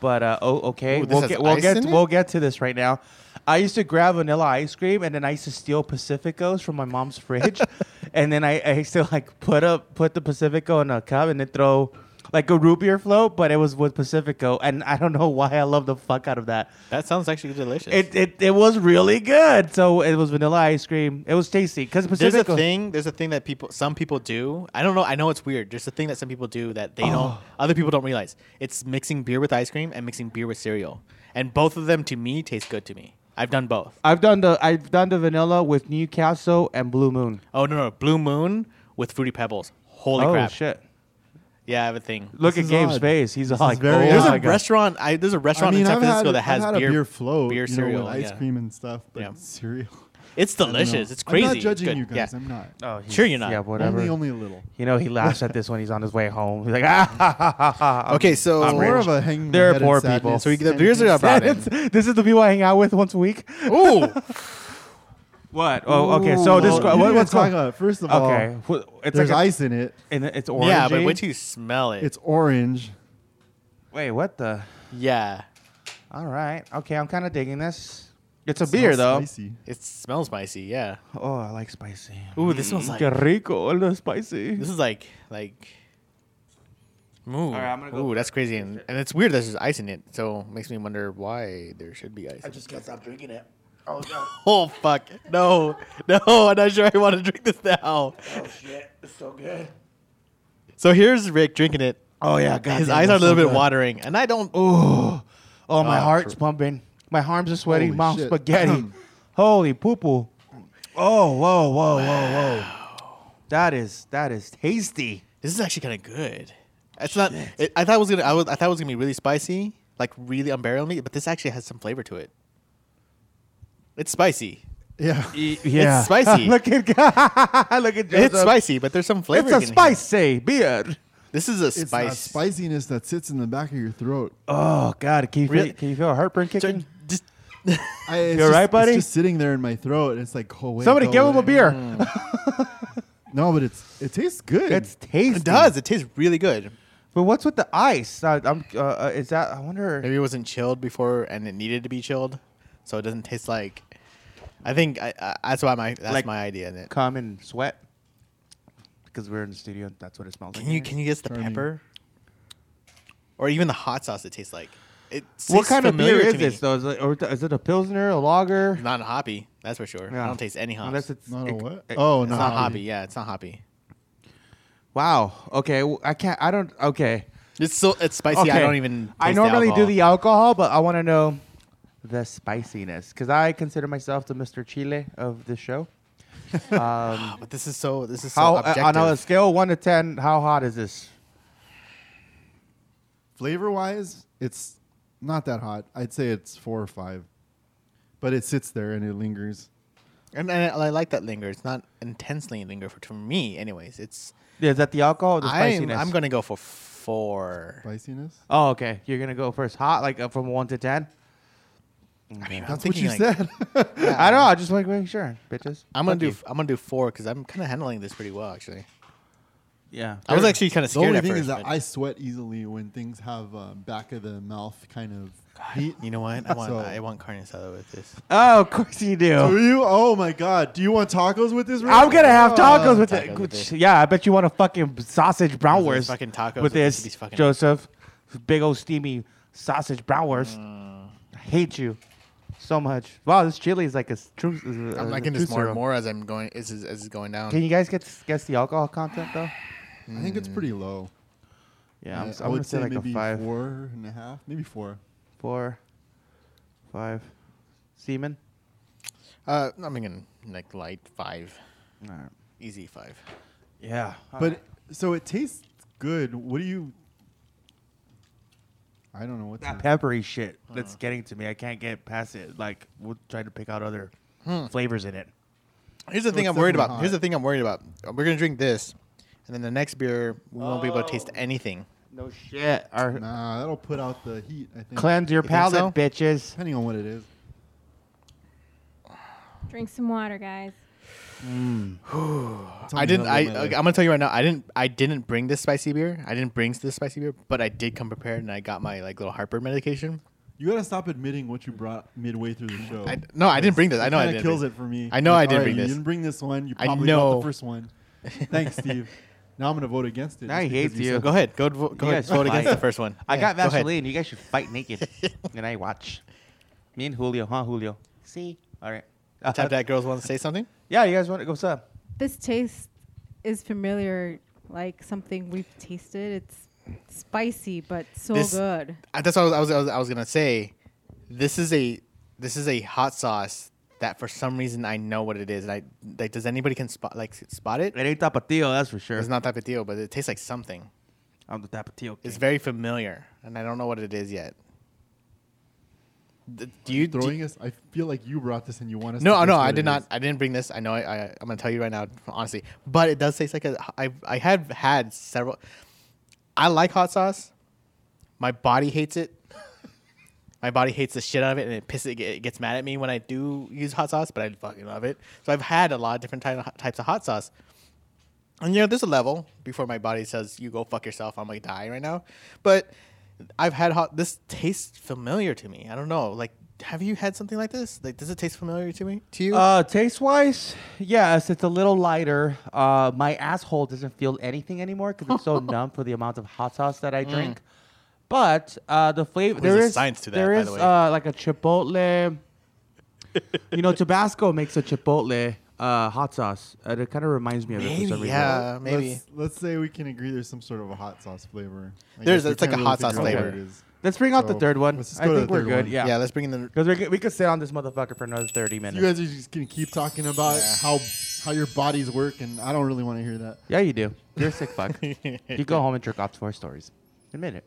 [SPEAKER 1] But uh, oh, okay,
[SPEAKER 3] Ooh, this
[SPEAKER 1] we'll
[SPEAKER 3] has
[SPEAKER 1] get we'll
[SPEAKER 3] ice
[SPEAKER 1] get
[SPEAKER 3] in it?
[SPEAKER 1] we'll get to this right now. I used to grab vanilla ice cream and then I used to steal Pacificos from my mom's fridge, and then I, I used to like put up put the Pacifico in a cup and then throw like a root beer float, but it was with Pacifico, and I don't know why I love the fuck out of that.
[SPEAKER 3] That sounds actually delicious.
[SPEAKER 1] It it, it was really good. So it was vanilla ice cream. It was tasty because
[SPEAKER 3] there's
[SPEAKER 1] Pacifico.
[SPEAKER 3] a thing. There's a thing that people, some people do. I don't know. I know it's weird. There's a thing that some people do that they don't.
[SPEAKER 2] Oh.
[SPEAKER 3] Other people don't realize. It's mixing beer with ice cream and mixing beer with cereal, and both of them to me taste good to me. I've done both.
[SPEAKER 1] I've done the I've done the vanilla with Newcastle and Blue Moon.
[SPEAKER 3] Oh no, no, Blue Moon with Fruity Pebbles. Holy
[SPEAKER 1] oh
[SPEAKER 3] crap!
[SPEAKER 1] shit!
[SPEAKER 3] Yeah, I have a thing.
[SPEAKER 1] Look
[SPEAKER 2] This
[SPEAKER 1] at
[SPEAKER 2] is
[SPEAKER 1] Gabe's
[SPEAKER 2] odd.
[SPEAKER 1] face. He's all like,
[SPEAKER 2] is very
[SPEAKER 1] oh,
[SPEAKER 2] odd.
[SPEAKER 3] There's
[SPEAKER 1] my
[SPEAKER 3] a
[SPEAKER 1] God.
[SPEAKER 3] restaurant. I, there's a
[SPEAKER 2] Oh I
[SPEAKER 3] restaurant
[SPEAKER 2] mean,
[SPEAKER 3] in San
[SPEAKER 2] I've
[SPEAKER 3] Francisco
[SPEAKER 2] had,
[SPEAKER 3] that has
[SPEAKER 2] I've had
[SPEAKER 3] beer,
[SPEAKER 2] a beer float,
[SPEAKER 3] beer
[SPEAKER 2] you know,
[SPEAKER 3] cereal.
[SPEAKER 2] with ice
[SPEAKER 3] yeah.
[SPEAKER 2] cream and stuff, but
[SPEAKER 3] Yeah.
[SPEAKER 2] cereal.
[SPEAKER 3] It's
[SPEAKER 2] I don't know.
[SPEAKER 3] delicious. It's crazy.
[SPEAKER 2] I'm not
[SPEAKER 3] It's
[SPEAKER 2] judging
[SPEAKER 3] good.
[SPEAKER 2] you guys.
[SPEAKER 3] Yeah.
[SPEAKER 2] I'm not.
[SPEAKER 1] Oh, he's-
[SPEAKER 3] Sure you're not.
[SPEAKER 1] Yeah, whatever.
[SPEAKER 2] Only, only a little.
[SPEAKER 1] You know, he laughs at this when he's on his way home. He's like, ah, ha, ha, ha, ha. I'm-
[SPEAKER 3] Okay, so-
[SPEAKER 1] I'm
[SPEAKER 2] It's more
[SPEAKER 1] rich."
[SPEAKER 2] of a hanging.
[SPEAKER 1] They're poor people.
[SPEAKER 3] So we- the beers are about it.
[SPEAKER 1] this is the people I hang out with once a week.
[SPEAKER 3] Ooh,
[SPEAKER 1] What? Oh, okay. So this
[SPEAKER 2] Well,
[SPEAKER 1] what,
[SPEAKER 2] you
[SPEAKER 1] what's
[SPEAKER 2] didn't talk
[SPEAKER 1] going?
[SPEAKER 2] about- First of all,
[SPEAKER 1] Okay, wh- it's
[SPEAKER 2] there's
[SPEAKER 1] like a-
[SPEAKER 2] ice in it.
[SPEAKER 1] and it's orange.
[SPEAKER 3] yeah, but wait till you smell it.
[SPEAKER 2] It's orange.
[SPEAKER 1] wait, what the?
[SPEAKER 3] yeah,
[SPEAKER 1] All right, okay. I'm kind of digging this. It's a beer though.
[SPEAKER 2] Smells Spicy.
[SPEAKER 3] it smells spicy. Yeah.
[SPEAKER 1] Oh, I like spicy.
[SPEAKER 3] Ooh, this smells like
[SPEAKER 1] Que rico, all the spicy.
[SPEAKER 3] Mm, This is like like. Ooh,
[SPEAKER 1] right, I'm gonna go
[SPEAKER 3] ooh
[SPEAKER 1] for
[SPEAKER 3] that's crazy, and, and it's weird. There's just ice in it, so it makes me wonder why there should be ice. I just can't stop drinking it. Oh no! oh fuck! No, no! I'm not sure I want to drink this now. Oh shit! It's so good. So here's Rick drinking it.
[SPEAKER 1] oh yeah, God,
[SPEAKER 3] His
[SPEAKER 1] damn,
[SPEAKER 3] eyes are a
[SPEAKER 1] that's
[SPEAKER 3] little
[SPEAKER 1] so
[SPEAKER 3] bit
[SPEAKER 1] good.
[SPEAKER 3] watering, and I don't.
[SPEAKER 1] Oh, oh, my
[SPEAKER 3] Ah,
[SPEAKER 1] heart's pumping. My arms are sweaty.
[SPEAKER 2] Holy
[SPEAKER 1] Mouth
[SPEAKER 2] shit.
[SPEAKER 1] spaghetti. Holy poo poo. Oh, whoa, whoa, whoa, whoa. That is that is tasty.
[SPEAKER 3] This is actually kind of good. It's not. It, I thought it was gonna. I, was, I thought it was gonna be really spicy, like really unbearable meat, but this actually has some flavor to it. It's spicy.
[SPEAKER 2] Yeah.
[SPEAKER 1] E, yeah.
[SPEAKER 3] It's spicy.
[SPEAKER 1] look at look at Joseph.
[SPEAKER 3] It's spicy, but there's some flavor.
[SPEAKER 1] It's a
[SPEAKER 3] in here.
[SPEAKER 1] spicy beer.
[SPEAKER 3] This is a
[SPEAKER 2] It's that
[SPEAKER 3] spice.
[SPEAKER 2] spiciness that sits in the back of your throat.
[SPEAKER 1] Oh God, can you
[SPEAKER 3] Really?
[SPEAKER 1] feel, can you feel a heartburn
[SPEAKER 3] So
[SPEAKER 1] kicking?
[SPEAKER 3] just-
[SPEAKER 2] I, it's
[SPEAKER 1] You all
[SPEAKER 2] just,
[SPEAKER 1] right, buddy?
[SPEAKER 2] It's just sitting there in my throat. and It's like, oh wait.
[SPEAKER 1] Somebody
[SPEAKER 2] go
[SPEAKER 1] give him a
[SPEAKER 2] away.
[SPEAKER 1] beer.
[SPEAKER 2] No, but it's it tastes good.
[SPEAKER 1] It's tasty.
[SPEAKER 3] it does. It tastes really good.
[SPEAKER 1] But what's with the ice? I, I'm. Uh, uh, is that? I wonder.
[SPEAKER 3] Maybe it wasn't chilled before, and it needed to be chilled, so it doesn't taste like. I think I, I, that's why my that's
[SPEAKER 1] Like-
[SPEAKER 3] my idea in it.
[SPEAKER 1] Come and sweat. Because we're in the studio. That's what it smells
[SPEAKER 3] Can
[SPEAKER 1] like.
[SPEAKER 3] you can you guess the
[SPEAKER 2] Charming.
[SPEAKER 3] pepper, or even the hot sauce? It tastes like. It
[SPEAKER 1] What
[SPEAKER 3] tastes
[SPEAKER 1] kind of
[SPEAKER 3] familiar
[SPEAKER 1] beer is
[SPEAKER 3] to
[SPEAKER 1] this
[SPEAKER 3] me.
[SPEAKER 1] though? Is it, or is it a pilsner, a lager?
[SPEAKER 3] Not hoppy, that's for sure.
[SPEAKER 1] Yeah.
[SPEAKER 3] I don't taste any hops.
[SPEAKER 1] Unless it's
[SPEAKER 2] not a
[SPEAKER 1] it-
[SPEAKER 2] what?
[SPEAKER 1] it-
[SPEAKER 2] oh,
[SPEAKER 3] it's not hoppy. Yeah, it's not hoppy.
[SPEAKER 1] Wow. Okay. well, I can't. I don't. Okay.
[SPEAKER 3] It's so it's spicy.
[SPEAKER 1] okay.
[SPEAKER 3] I don't even. Taste
[SPEAKER 1] I
[SPEAKER 3] the
[SPEAKER 1] normally do
[SPEAKER 3] alcohol.
[SPEAKER 1] the alcohol, but I want to know the spiciness because I consider myself the Mr. Chile of the show. Um,
[SPEAKER 3] But this is so. This is so
[SPEAKER 1] how uh,
[SPEAKER 3] objective.
[SPEAKER 1] on a scale of one to ten, how hot is this?
[SPEAKER 2] Flavor wise, it's not that hot. I'd say it's four or five, but it sits there and it lingers.
[SPEAKER 3] And, and I, I like that linger. It's not intensely linger for, for me, anyways. It's
[SPEAKER 1] Yeah, is that the alcohol or the
[SPEAKER 3] I'm,
[SPEAKER 1] spiciness?
[SPEAKER 3] I'm gonna go for four.
[SPEAKER 2] Spiciness.
[SPEAKER 1] Oh, okay. You're gonna go first. Hot, like uh, from one to ten.
[SPEAKER 3] I mean, I'm
[SPEAKER 2] That's what
[SPEAKER 3] thinking
[SPEAKER 2] you
[SPEAKER 3] like,
[SPEAKER 2] said.
[SPEAKER 1] I don't know. I just like making sure, bitches.
[SPEAKER 3] I'm gonna
[SPEAKER 1] Fuck
[SPEAKER 3] do
[SPEAKER 1] you.
[SPEAKER 3] f- I'm gonna do four because I'm kind of handling this pretty well actually.
[SPEAKER 1] Yeah.
[SPEAKER 3] I was actually kind of
[SPEAKER 2] the
[SPEAKER 3] scared
[SPEAKER 2] only
[SPEAKER 3] at
[SPEAKER 2] thing
[SPEAKER 3] first.
[SPEAKER 2] is that
[SPEAKER 3] but
[SPEAKER 2] I sweat easily when things have um, back of the mouth kind of heat.
[SPEAKER 3] you know what? I want
[SPEAKER 2] So-
[SPEAKER 3] I want carne asada with this.
[SPEAKER 1] Oh, of course you
[SPEAKER 2] Do
[SPEAKER 1] do.
[SPEAKER 2] you? Oh my god! Do you want tacos with this? Rick?
[SPEAKER 1] I'm gonna have
[SPEAKER 2] Oh.
[SPEAKER 1] tacos with
[SPEAKER 3] Tacos
[SPEAKER 1] it.
[SPEAKER 3] with it.
[SPEAKER 1] Yeah, I bet you want a fucking sausage
[SPEAKER 3] These
[SPEAKER 1] brownwurst
[SPEAKER 3] Fucking tacos
[SPEAKER 1] with this,
[SPEAKER 3] These fucking
[SPEAKER 1] Joseph. Big old steamy sausage brownwurst.
[SPEAKER 3] Mm.
[SPEAKER 1] I hate you so much. Wow, this chili is like a s- true. is a-
[SPEAKER 3] I'm
[SPEAKER 1] is a
[SPEAKER 3] liking
[SPEAKER 1] true
[SPEAKER 3] this more
[SPEAKER 1] serum.
[SPEAKER 3] and more as I'm going as is- as it's going down.
[SPEAKER 1] Can you guys get guess the alcohol content though?
[SPEAKER 2] I think it's pretty low.
[SPEAKER 1] Yeah, I'm,
[SPEAKER 2] Uh,
[SPEAKER 1] s-
[SPEAKER 2] I
[SPEAKER 1] I'm
[SPEAKER 2] would
[SPEAKER 1] gonna say,
[SPEAKER 2] say
[SPEAKER 1] like
[SPEAKER 2] maybe
[SPEAKER 1] a five, four,
[SPEAKER 2] four and a half, maybe four.
[SPEAKER 1] five. Semen.
[SPEAKER 3] Uh, I'm thinking like light five, easy five.
[SPEAKER 1] Yeah,
[SPEAKER 2] But so it tastes good. What do you? I don't know what's
[SPEAKER 1] that
[SPEAKER 2] in
[SPEAKER 1] peppery shit that's
[SPEAKER 3] Mm.
[SPEAKER 1] getting to me. I can't get past it. Like we're trying to pick out other flavors in it.
[SPEAKER 3] Here's the thing
[SPEAKER 2] it's
[SPEAKER 3] I'm worried
[SPEAKER 2] definitely
[SPEAKER 3] about. Here's
[SPEAKER 2] hot.
[SPEAKER 3] the thing I'm worried about. We're gonna drink this, and then the next beer we won't be able to taste
[SPEAKER 1] Oh.
[SPEAKER 3] anything.
[SPEAKER 1] No shit.
[SPEAKER 2] it.
[SPEAKER 1] Our
[SPEAKER 2] Nah, that'll put out the heat. I think.
[SPEAKER 1] cleanse your
[SPEAKER 3] You think
[SPEAKER 1] palate,
[SPEAKER 3] so?
[SPEAKER 1] bitches.
[SPEAKER 2] Depending on what it is.
[SPEAKER 4] Drink some water, guys.
[SPEAKER 2] It's on
[SPEAKER 3] Uh, I
[SPEAKER 2] the other
[SPEAKER 3] didn't. I
[SPEAKER 2] end of my
[SPEAKER 3] okay,
[SPEAKER 2] life.
[SPEAKER 3] I'm gonna tell you right now. I didn't. I didn't bring this spicy beer. I didn't bring this spicy beer, but I did come prepared, and I got my like little heartburn medication.
[SPEAKER 2] You gotta stop admitting what you brought midway through the show.
[SPEAKER 3] I, no, I didn't bring this. I know I
[SPEAKER 2] Kinda
[SPEAKER 3] didn't.
[SPEAKER 2] kills
[SPEAKER 3] bring-
[SPEAKER 2] it for me.
[SPEAKER 3] I know I didn't
[SPEAKER 2] "Alright,
[SPEAKER 3] bring
[SPEAKER 2] you
[SPEAKER 3] this."
[SPEAKER 2] didn't bring this one. You
[SPEAKER 3] I
[SPEAKER 2] probably got
[SPEAKER 3] know.
[SPEAKER 2] the first one. Thanks, Steve. Now I'm gonna vote against it.
[SPEAKER 1] Now
[SPEAKER 2] just
[SPEAKER 1] he hates
[SPEAKER 2] because
[SPEAKER 1] you.
[SPEAKER 2] said-
[SPEAKER 3] Go ahead. Go. vo- Go
[SPEAKER 1] You
[SPEAKER 3] ahead.
[SPEAKER 1] guys
[SPEAKER 3] Vote against the
[SPEAKER 1] fight.
[SPEAKER 3] first one.
[SPEAKER 1] I
[SPEAKER 3] Yeah,
[SPEAKER 1] got
[SPEAKER 3] go ahead.
[SPEAKER 1] Vaseline. You guys should fight naked, and I watch. Me and Julio, huh? Julio. See. All right. Uh,
[SPEAKER 3] Tap that girls want to say something.
[SPEAKER 1] Yeah, you guys want to go? What's up?
[SPEAKER 4] This taste is familiar, like something we've tasted. It's spicy, but so
[SPEAKER 3] This-
[SPEAKER 4] good.
[SPEAKER 3] Uh, That's what I was, I was. I was. I was gonna say. This is a. This is a hot sauce that for some reason I know what it is. And I like. Does anybody can spot like spot it?
[SPEAKER 1] It ain't tapatio, that's for sure.
[SPEAKER 3] It's not tapatio, but it tastes like something.
[SPEAKER 1] I'm the tapatio.
[SPEAKER 3] It's
[SPEAKER 1] king.
[SPEAKER 3] very familiar, and I don't know what it is yet. D- Do you do-
[SPEAKER 2] Throwing us. I feel like you brought this and you want us. to
[SPEAKER 3] No,
[SPEAKER 2] guess
[SPEAKER 3] no, I
[SPEAKER 2] what it
[SPEAKER 3] did not.
[SPEAKER 2] is.
[SPEAKER 3] I didn't bring this. I know. I, I I'm gonna tell you right now, honestly. But it does taste like a. I I have had several. I like hot sauce. My body hates it. My body hates the shit out of it, and it pisses. It gets mad at me when I do use hot sauce, but I fucking love it. So I've had a lot of different ty- types of hot sauce. And you know, there's a level before my body says, "You go fuck yourself." I'm like dying right now, but I've had hot. This tastes familiar to me. I don't know. Like, have you had something like this? Like, does it taste familiar to me? To you?
[SPEAKER 1] Uh, taste wise, yes, it's a little lighter. Uh, my asshole doesn't feel anything anymore because it's so numb for the amount of hot sauce that I
[SPEAKER 2] Mm.
[SPEAKER 1] drink. But uh, the flavor
[SPEAKER 3] There's
[SPEAKER 1] there
[SPEAKER 3] a
[SPEAKER 1] is
[SPEAKER 3] science to that,
[SPEAKER 1] there
[SPEAKER 3] by
[SPEAKER 1] is
[SPEAKER 3] the way.
[SPEAKER 1] uh like a chipotle. you know, Tabasco makes a chipotle uh hot sauce. Uh, it kind of reminds me of it for some
[SPEAKER 3] maybe.
[SPEAKER 1] reason.
[SPEAKER 3] Yeah, maybe.
[SPEAKER 2] Let's, let's say we can agree there's some sort of a hot sauce flavor. I
[SPEAKER 3] There's-
[SPEAKER 2] guess we
[SPEAKER 3] it's like
[SPEAKER 2] can't
[SPEAKER 3] a
[SPEAKER 2] really
[SPEAKER 3] hot sauce
[SPEAKER 2] figure out
[SPEAKER 3] flavor.
[SPEAKER 2] what it is.
[SPEAKER 1] Let's bring out the
[SPEAKER 2] So,
[SPEAKER 1] third one.
[SPEAKER 2] let's just
[SPEAKER 1] I
[SPEAKER 2] go to
[SPEAKER 1] think
[SPEAKER 2] the
[SPEAKER 1] we're
[SPEAKER 2] third
[SPEAKER 1] good.
[SPEAKER 2] one.
[SPEAKER 1] Yeah,
[SPEAKER 3] yeah. Let's bring in the.
[SPEAKER 1] Because we, could- we could sit on this motherfucker for another thirty minutes.
[SPEAKER 2] You guys are just gonna keep talking about how how your bodies work, and I don't really want to hear that.
[SPEAKER 1] yeah, you do. You're a sick fuck. you go home and jerk off to our stories. Admit it.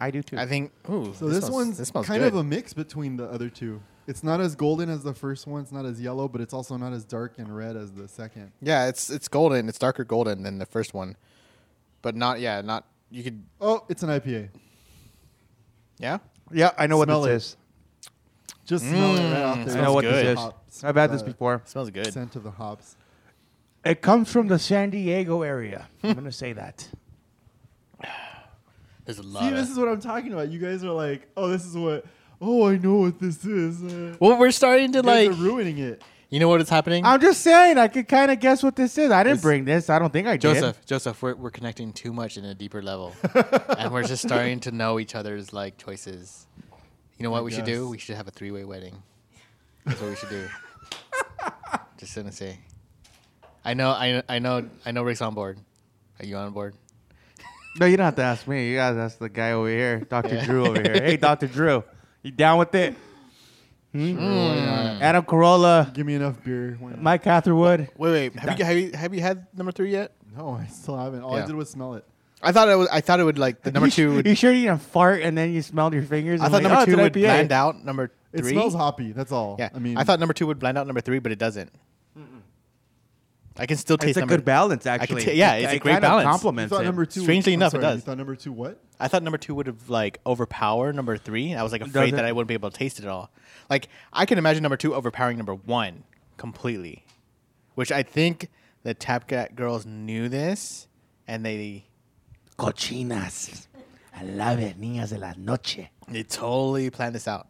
[SPEAKER 1] I do too.
[SPEAKER 3] I think. Ooh.
[SPEAKER 2] So this, one's
[SPEAKER 3] this smells
[SPEAKER 2] kind
[SPEAKER 3] good.
[SPEAKER 2] of a mix between the other two. It's not as golden as the first one. It's not as yellow, but it's also not as dark and red as the second.
[SPEAKER 3] yeah, it's it's golden. It's darker golden than the first one, but not. Yeah, not. You could.
[SPEAKER 2] Oh, it's an IPA.
[SPEAKER 3] Yeah.
[SPEAKER 1] Yeah, I know what
[SPEAKER 2] Smell
[SPEAKER 1] this
[SPEAKER 2] it.
[SPEAKER 1] is.
[SPEAKER 2] Just smell it right out there.
[SPEAKER 1] Mm, I know what
[SPEAKER 3] good.
[SPEAKER 1] this is.
[SPEAKER 2] Hops.
[SPEAKER 1] I've had this
[SPEAKER 2] Uh,
[SPEAKER 1] before.
[SPEAKER 3] Smells good.
[SPEAKER 2] Scent of the hops.
[SPEAKER 1] It comes from the San Diego area. I'm gonna say that.
[SPEAKER 3] There's a lot.
[SPEAKER 2] See, this is what I'm talking about. You guys are like, oh, this is what. Oh, I know what this is. Uh,
[SPEAKER 3] well, we're starting to
[SPEAKER 2] you guys
[SPEAKER 3] like.
[SPEAKER 2] are ruining it.
[SPEAKER 3] You know what is happening?
[SPEAKER 1] I'm just saying I could kind of guess what this is. I didn't
[SPEAKER 3] This-
[SPEAKER 1] bring this. I don't think I did.
[SPEAKER 3] Joseph, Joseph, we're, we're connecting too much in a deeper level, and we're just starting to know each other's like choices. You know what
[SPEAKER 2] I
[SPEAKER 3] we should do?
[SPEAKER 2] guess.
[SPEAKER 3] We should have a three-way wedding. That's what we should do. just gonna say. I know, I, I know, I know. Rick's on board. Are you on board?
[SPEAKER 1] No, you don't have to ask me. You gotta ask the guy over here, Doctor Drew over here. Hey, Doctor Drew, you down with it? Hmm? Adam Carolla,
[SPEAKER 2] Give me enough beer. Why not?
[SPEAKER 1] Mike Catherwood.
[SPEAKER 3] Wait, wait. Have you have you have you had number three yet?
[SPEAKER 2] no, I still haven't. All I
[SPEAKER 3] Yeah.
[SPEAKER 2] did was smell it.
[SPEAKER 3] I thought it was. I thought it would like the number two. Would,
[SPEAKER 1] You sure you didn't fart and then you smelled your fingers?
[SPEAKER 3] I
[SPEAKER 1] and like,
[SPEAKER 3] thought number
[SPEAKER 1] oh,
[SPEAKER 3] two
[SPEAKER 1] it's an
[SPEAKER 3] would
[SPEAKER 1] IPA.
[SPEAKER 3] blend out number
[SPEAKER 2] It
[SPEAKER 3] three.
[SPEAKER 2] smells hoppy. That's all.
[SPEAKER 3] Yeah,
[SPEAKER 2] I mean,
[SPEAKER 3] I thought number two would blend out number three, but it doesn't. I can still taste
[SPEAKER 1] It's a
[SPEAKER 3] number-
[SPEAKER 1] good balance, actually.
[SPEAKER 3] ta- yeah, it's
[SPEAKER 1] it
[SPEAKER 3] a great
[SPEAKER 1] kind of
[SPEAKER 3] balance.
[SPEAKER 2] You
[SPEAKER 1] Complements
[SPEAKER 2] thought
[SPEAKER 1] it.
[SPEAKER 2] number two.
[SPEAKER 3] Strangely
[SPEAKER 2] I'm
[SPEAKER 3] enough, it
[SPEAKER 2] sorry, you
[SPEAKER 3] does.
[SPEAKER 2] thought number two what?
[SPEAKER 3] I thought number two would have like overpowered number three. I was like
[SPEAKER 1] Doesn't-
[SPEAKER 3] afraid that I wouldn't be able to taste it at all. Like I can imagine number two overpowering number one completely, which I think the Tap Cat girls knew this, and they
[SPEAKER 5] Cochinas. I love it, niñas de la noche.
[SPEAKER 3] they totally planned this out.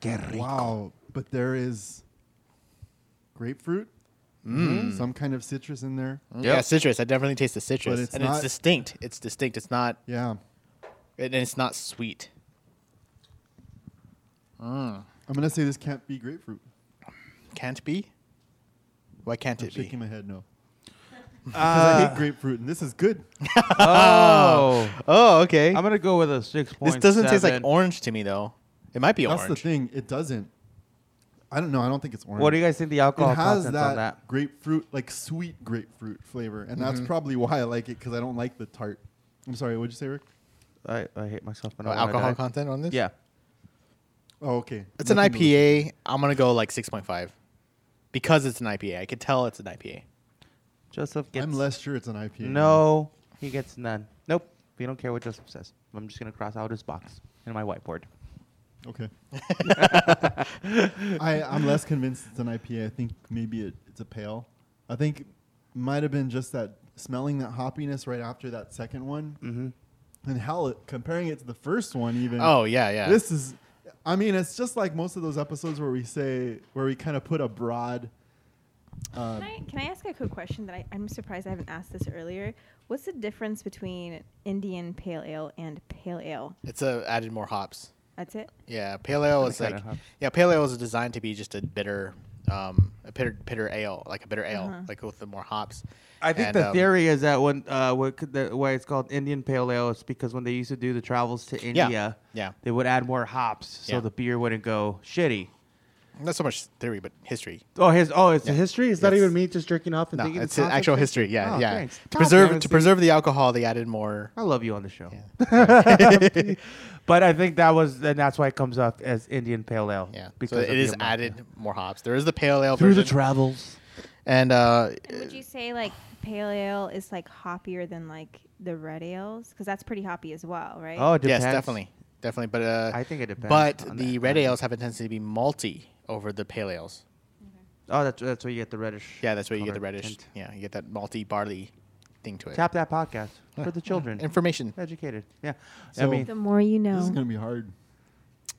[SPEAKER 5] Qué rico.
[SPEAKER 2] Wow, but there is grapefruit,
[SPEAKER 1] Mm.
[SPEAKER 2] some kind of citrus in there.
[SPEAKER 3] Yeah, citrus. I definitely taste the citrus,
[SPEAKER 2] But it's
[SPEAKER 3] and
[SPEAKER 2] not-
[SPEAKER 3] it's distinct. It's distinct. It's not
[SPEAKER 2] Yeah,
[SPEAKER 3] and it's not sweet.
[SPEAKER 2] I'm gonna say this can't be grapefruit.
[SPEAKER 3] Can't be. Why can't
[SPEAKER 2] I'm
[SPEAKER 3] it be?
[SPEAKER 2] shaking my head no. Because
[SPEAKER 1] Uh,
[SPEAKER 2] I hate grapefruit, and this is good.
[SPEAKER 1] Oh,
[SPEAKER 3] Oh, okay.
[SPEAKER 1] I'm gonna go with a six point.
[SPEAKER 3] this doesn't taste like orange to me though. It might be
[SPEAKER 2] That's the
[SPEAKER 3] orange.
[SPEAKER 2] thing. It doesn't. I don't know. I don't think it's orange.
[SPEAKER 1] What do you guys think the alcohol
[SPEAKER 2] it has
[SPEAKER 1] content's
[SPEAKER 2] that,
[SPEAKER 1] on that? Mm-hmm.
[SPEAKER 2] grapefruit, like sweet grapefruit flavor, and that's probably why I like it because I don't like the tart. I'm sorry. What'd you say, Rick?
[SPEAKER 1] I, I hate myself. When
[SPEAKER 3] Oh,
[SPEAKER 1] I wanna
[SPEAKER 3] alcohol
[SPEAKER 1] die.
[SPEAKER 3] content on this?
[SPEAKER 1] Yeah.
[SPEAKER 2] Oh, okay.
[SPEAKER 3] It's an
[SPEAKER 2] Nothing to lose.
[SPEAKER 3] IPA. I'm gonna go like 6.5 because it's an IPA. I could tell it's an IPA.
[SPEAKER 1] Joseph gets
[SPEAKER 2] I'm less sure it's an IPA.
[SPEAKER 1] no. He gets none. Nope. We don't care what Joseph says. I'm just gonna cross out his box in my whiteboard.
[SPEAKER 2] Okay. I, I'm less convinced it's an IPA. I think maybe it, it's a pale. I think might have been just that smelling that hoppiness right after that second one,
[SPEAKER 1] Mm-hmm.
[SPEAKER 2] and hell, it, comparing it to the first one even.
[SPEAKER 3] Oh yeah, yeah.
[SPEAKER 2] This is, I mean, it's just like most of those episodes where we say where we kind of put a broad. Uh,
[SPEAKER 6] Can I, can I ask a quick question that I, I'm surprised I haven't asked this earlier? What's the difference between Indian pale ale and pale ale?
[SPEAKER 3] it's a added more hops.
[SPEAKER 6] That's it?
[SPEAKER 3] Yeah, pale ale is
[SPEAKER 1] kinda
[SPEAKER 3] like
[SPEAKER 1] hops.
[SPEAKER 3] yeah, pale ale is designed to be just a bitter, um, a bitter bitter ale, like a bitter ale, like with the more hops.
[SPEAKER 1] I think
[SPEAKER 3] And,
[SPEAKER 1] the
[SPEAKER 3] um,
[SPEAKER 1] theory is that when uh, what could the, why it's called Indian Pale Ale is because when they used to do the travels to India,
[SPEAKER 3] yeah.
[SPEAKER 1] they would add more hops so
[SPEAKER 3] Yeah.
[SPEAKER 1] the beer wouldn't go shitty.
[SPEAKER 3] not so much theory, but history.
[SPEAKER 1] Oh, his oh, it's
[SPEAKER 3] Yeah.
[SPEAKER 1] a history. It's not
[SPEAKER 3] Yes.
[SPEAKER 1] even me just drinking off and
[SPEAKER 3] No,
[SPEAKER 1] thinking
[SPEAKER 3] it's actual
[SPEAKER 1] concept.
[SPEAKER 3] history. Yeah,
[SPEAKER 1] Oh,
[SPEAKER 3] yeah.
[SPEAKER 1] thanks.
[SPEAKER 3] To
[SPEAKER 1] God damn
[SPEAKER 3] preserve
[SPEAKER 1] it,
[SPEAKER 3] to
[SPEAKER 1] Steve.
[SPEAKER 3] preserve the alcohol, they added more.
[SPEAKER 1] I love you on the show.
[SPEAKER 3] Yeah.
[SPEAKER 1] but I think that was, and that's why it comes up as Indian Pale Ale.
[SPEAKER 3] Yeah,
[SPEAKER 1] because
[SPEAKER 3] so
[SPEAKER 1] of
[SPEAKER 3] it
[SPEAKER 1] the
[SPEAKER 3] is
[SPEAKER 1] amount.
[SPEAKER 3] added more hops. There is the pale ale version,
[SPEAKER 1] travels.
[SPEAKER 3] and uh,
[SPEAKER 6] And would you say like pale ale is like hoppier than like the red ales? Because that's pretty hoppy as well, right?
[SPEAKER 1] Oh, it
[SPEAKER 3] yes,
[SPEAKER 1] depends.
[SPEAKER 3] definitely, definitely. But uh,
[SPEAKER 1] I think it depends on
[SPEAKER 3] But the
[SPEAKER 1] that.
[SPEAKER 3] red ales have a tendency to be malty over the pale ales.
[SPEAKER 1] Oh, that's that's where you get the reddish.
[SPEAKER 3] Yeah, that's where you get the
[SPEAKER 1] color
[SPEAKER 3] reddish.
[SPEAKER 1] tint.
[SPEAKER 3] Yeah, you get that malty barley thing to it.
[SPEAKER 1] Tap that podcast for the children,
[SPEAKER 3] Information.
[SPEAKER 1] educated. Yeah, I
[SPEAKER 2] So-
[SPEAKER 1] mean,
[SPEAKER 6] The more you
[SPEAKER 2] This is
[SPEAKER 6] know.
[SPEAKER 2] gonna be hard.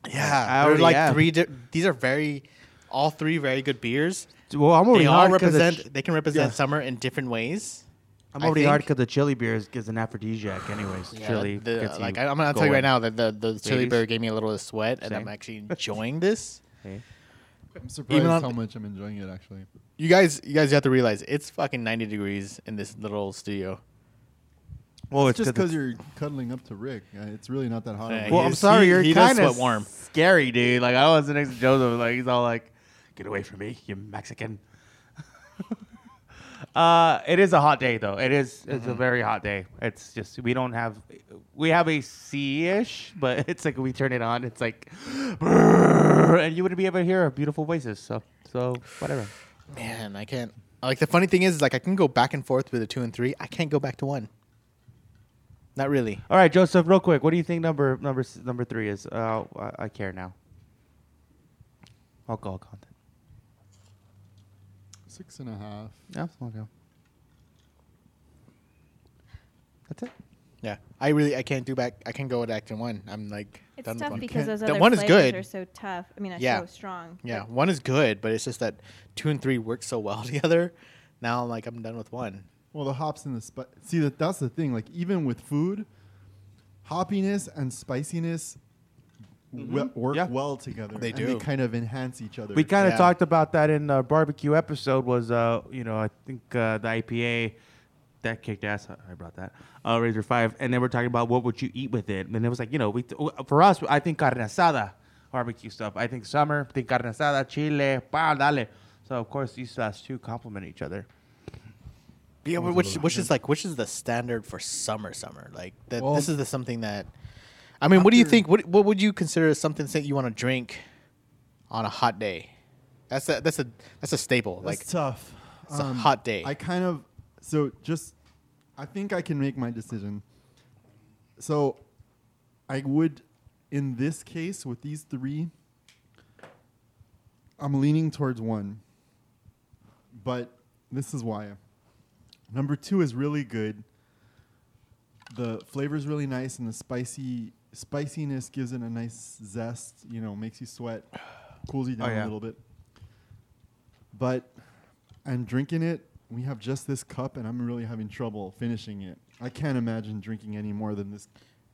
[SPEAKER 1] I
[SPEAKER 3] Yeah, there are
[SPEAKER 1] already
[SPEAKER 3] like
[SPEAKER 1] am.
[SPEAKER 3] three. Di- these are very, all three very good beers.
[SPEAKER 1] well, I'm already
[SPEAKER 3] They all
[SPEAKER 1] hard 'cause the
[SPEAKER 3] represent.
[SPEAKER 1] ch-
[SPEAKER 3] they can represent
[SPEAKER 2] Yeah.
[SPEAKER 3] summer in different ways.
[SPEAKER 1] I'm
[SPEAKER 3] I
[SPEAKER 1] already hard
[SPEAKER 3] think-
[SPEAKER 1] because the chili beer is, is an aphrodisiac, anyways. chili
[SPEAKER 3] the-
[SPEAKER 1] gets
[SPEAKER 3] like
[SPEAKER 1] you
[SPEAKER 3] I, am gonna tell you
[SPEAKER 1] going.
[SPEAKER 3] right now that the, the chili
[SPEAKER 1] Ladies?
[SPEAKER 3] beer gave me a little sweat, and
[SPEAKER 1] Same.
[SPEAKER 3] I'm actually enjoying this.
[SPEAKER 1] Okay.
[SPEAKER 2] I'm surprised
[SPEAKER 3] on-
[SPEAKER 2] how much I'm enjoying it actually.
[SPEAKER 3] You guys, you guys have to realize it's fucking 90 degrees in this little studio.
[SPEAKER 1] Well,
[SPEAKER 2] it's just because
[SPEAKER 1] Oh, it's-
[SPEAKER 2] you're cuddling up to Rick. Uh, it's really not that hot.
[SPEAKER 3] Yeah,
[SPEAKER 2] over
[SPEAKER 1] Well,
[SPEAKER 2] here.
[SPEAKER 1] I'm
[SPEAKER 3] He's-
[SPEAKER 1] sorry,
[SPEAKER 3] he-
[SPEAKER 1] you're
[SPEAKER 3] he does
[SPEAKER 1] kind of
[SPEAKER 3] sweat warm.
[SPEAKER 1] scary, dude. Like I was next to Joseph, like he's all like, "Get away from me, you Mexican." uh, it is a hot day, though. It is- It's
[SPEAKER 3] Mm-hmm.
[SPEAKER 1] a very hot day. It's just we don't have, we have a C-ish, but it's like we turn it on, it's like, and you wouldn't be able to hear our beautiful voices. So, so whatever.
[SPEAKER 3] Man, I can't. Like the funny thing is, is like I can go back and forth with a two and three. I can't go back to one. Not really.
[SPEAKER 1] All right, Joseph, real quick, what do you think number number s- number three is? Uh, I, I care now. Alcohol content.
[SPEAKER 2] six and a half.
[SPEAKER 1] Yeah, I'll go. That's it.
[SPEAKER 3] Yeah, I really I can't do back. I can't go back to one. I'm like
[SPEAKER 6] It's
[SPEAKER 3] done with
[SPEAKER 6] tough
[SPEAKER 3] one.
[SPEAKER 6] because
[SPEAKER 2] can't-
[SPEAKER 6] those
[SPEAKER 3] that
[SPEAKER 6] other
[SPEAKER 3] one is
[SPEAKER 6] flavors
[SPEAKER 3] good.
[SPEAKER 6] are so tough. I mean, are
[SPEAKER 3] Yeah.
[SPEAKER 6] so strong.
[SPEAKER 3] Yeah, one is good, but it's just that two and three work so well together. Now I'm like I'm done with one.
[SPEAKER 2] Well, the hops and the spi- see that that's the thing. Like even with food, hoppiness and spiciness we- work
[SPEAKER 1] Yeah.
[SPEAKER 2] well together.
[SPEAKER 3] They
[SPEAKER 2] and They
[SPEAKER 3] do.
[SPEAKER 2] kind of enhance each other.
[SPEAKER 1] We kind of
[SPEAKER 3] Yeah.
[SPEAKER 1] talked about that in the barbecue episode. Was uh, you know, I think uh, the IPA that kicked ass. I- I brought that uh, Razor Five, and then we're talking about what would you eat with it, and it was like you know, we for us, I think carne asada, barbecue stuff. I think summer, think carne asada, chile, pa, dale. So of course these last two complement each other.
[SPEAKER 3] Yeah, but which which is like which is the standard for summer summer? Like that
[SPEAKER 2] Well,
[SPEAKER 3] this is the something that I mean, what do you
[SPEAKER 2] after-
[SPEAKER 3] think what what would you consider something that you want to drink on a hot day? That's a that's a that's a staple.
[SPEAKER 2] That's
[SPEAKER 3] like
[SPEAKER 2] tough.
[SPEAKER 3] It's a
[SPEAKER 2] Um,
[SPEAKER 3] hot day.
[SPEAKER 2] I kind of so just I think I can make my decision. So I would in this case with these three I'm leaning towards one. But this is why. Number 2 is really good. The flavor is really nice and the spicy spiciness gives it a nice zest, you know, makes you sweat, cools you
[SPEAKER 3] Oh,
[SPEAKER 2] down
[SPEAKER 1] yeah.
[SPEAKER 2] a little bit. But I'm drinking it. We have just this cup, and I'm really having trouble finishing it. I can't imagine drinking any more than this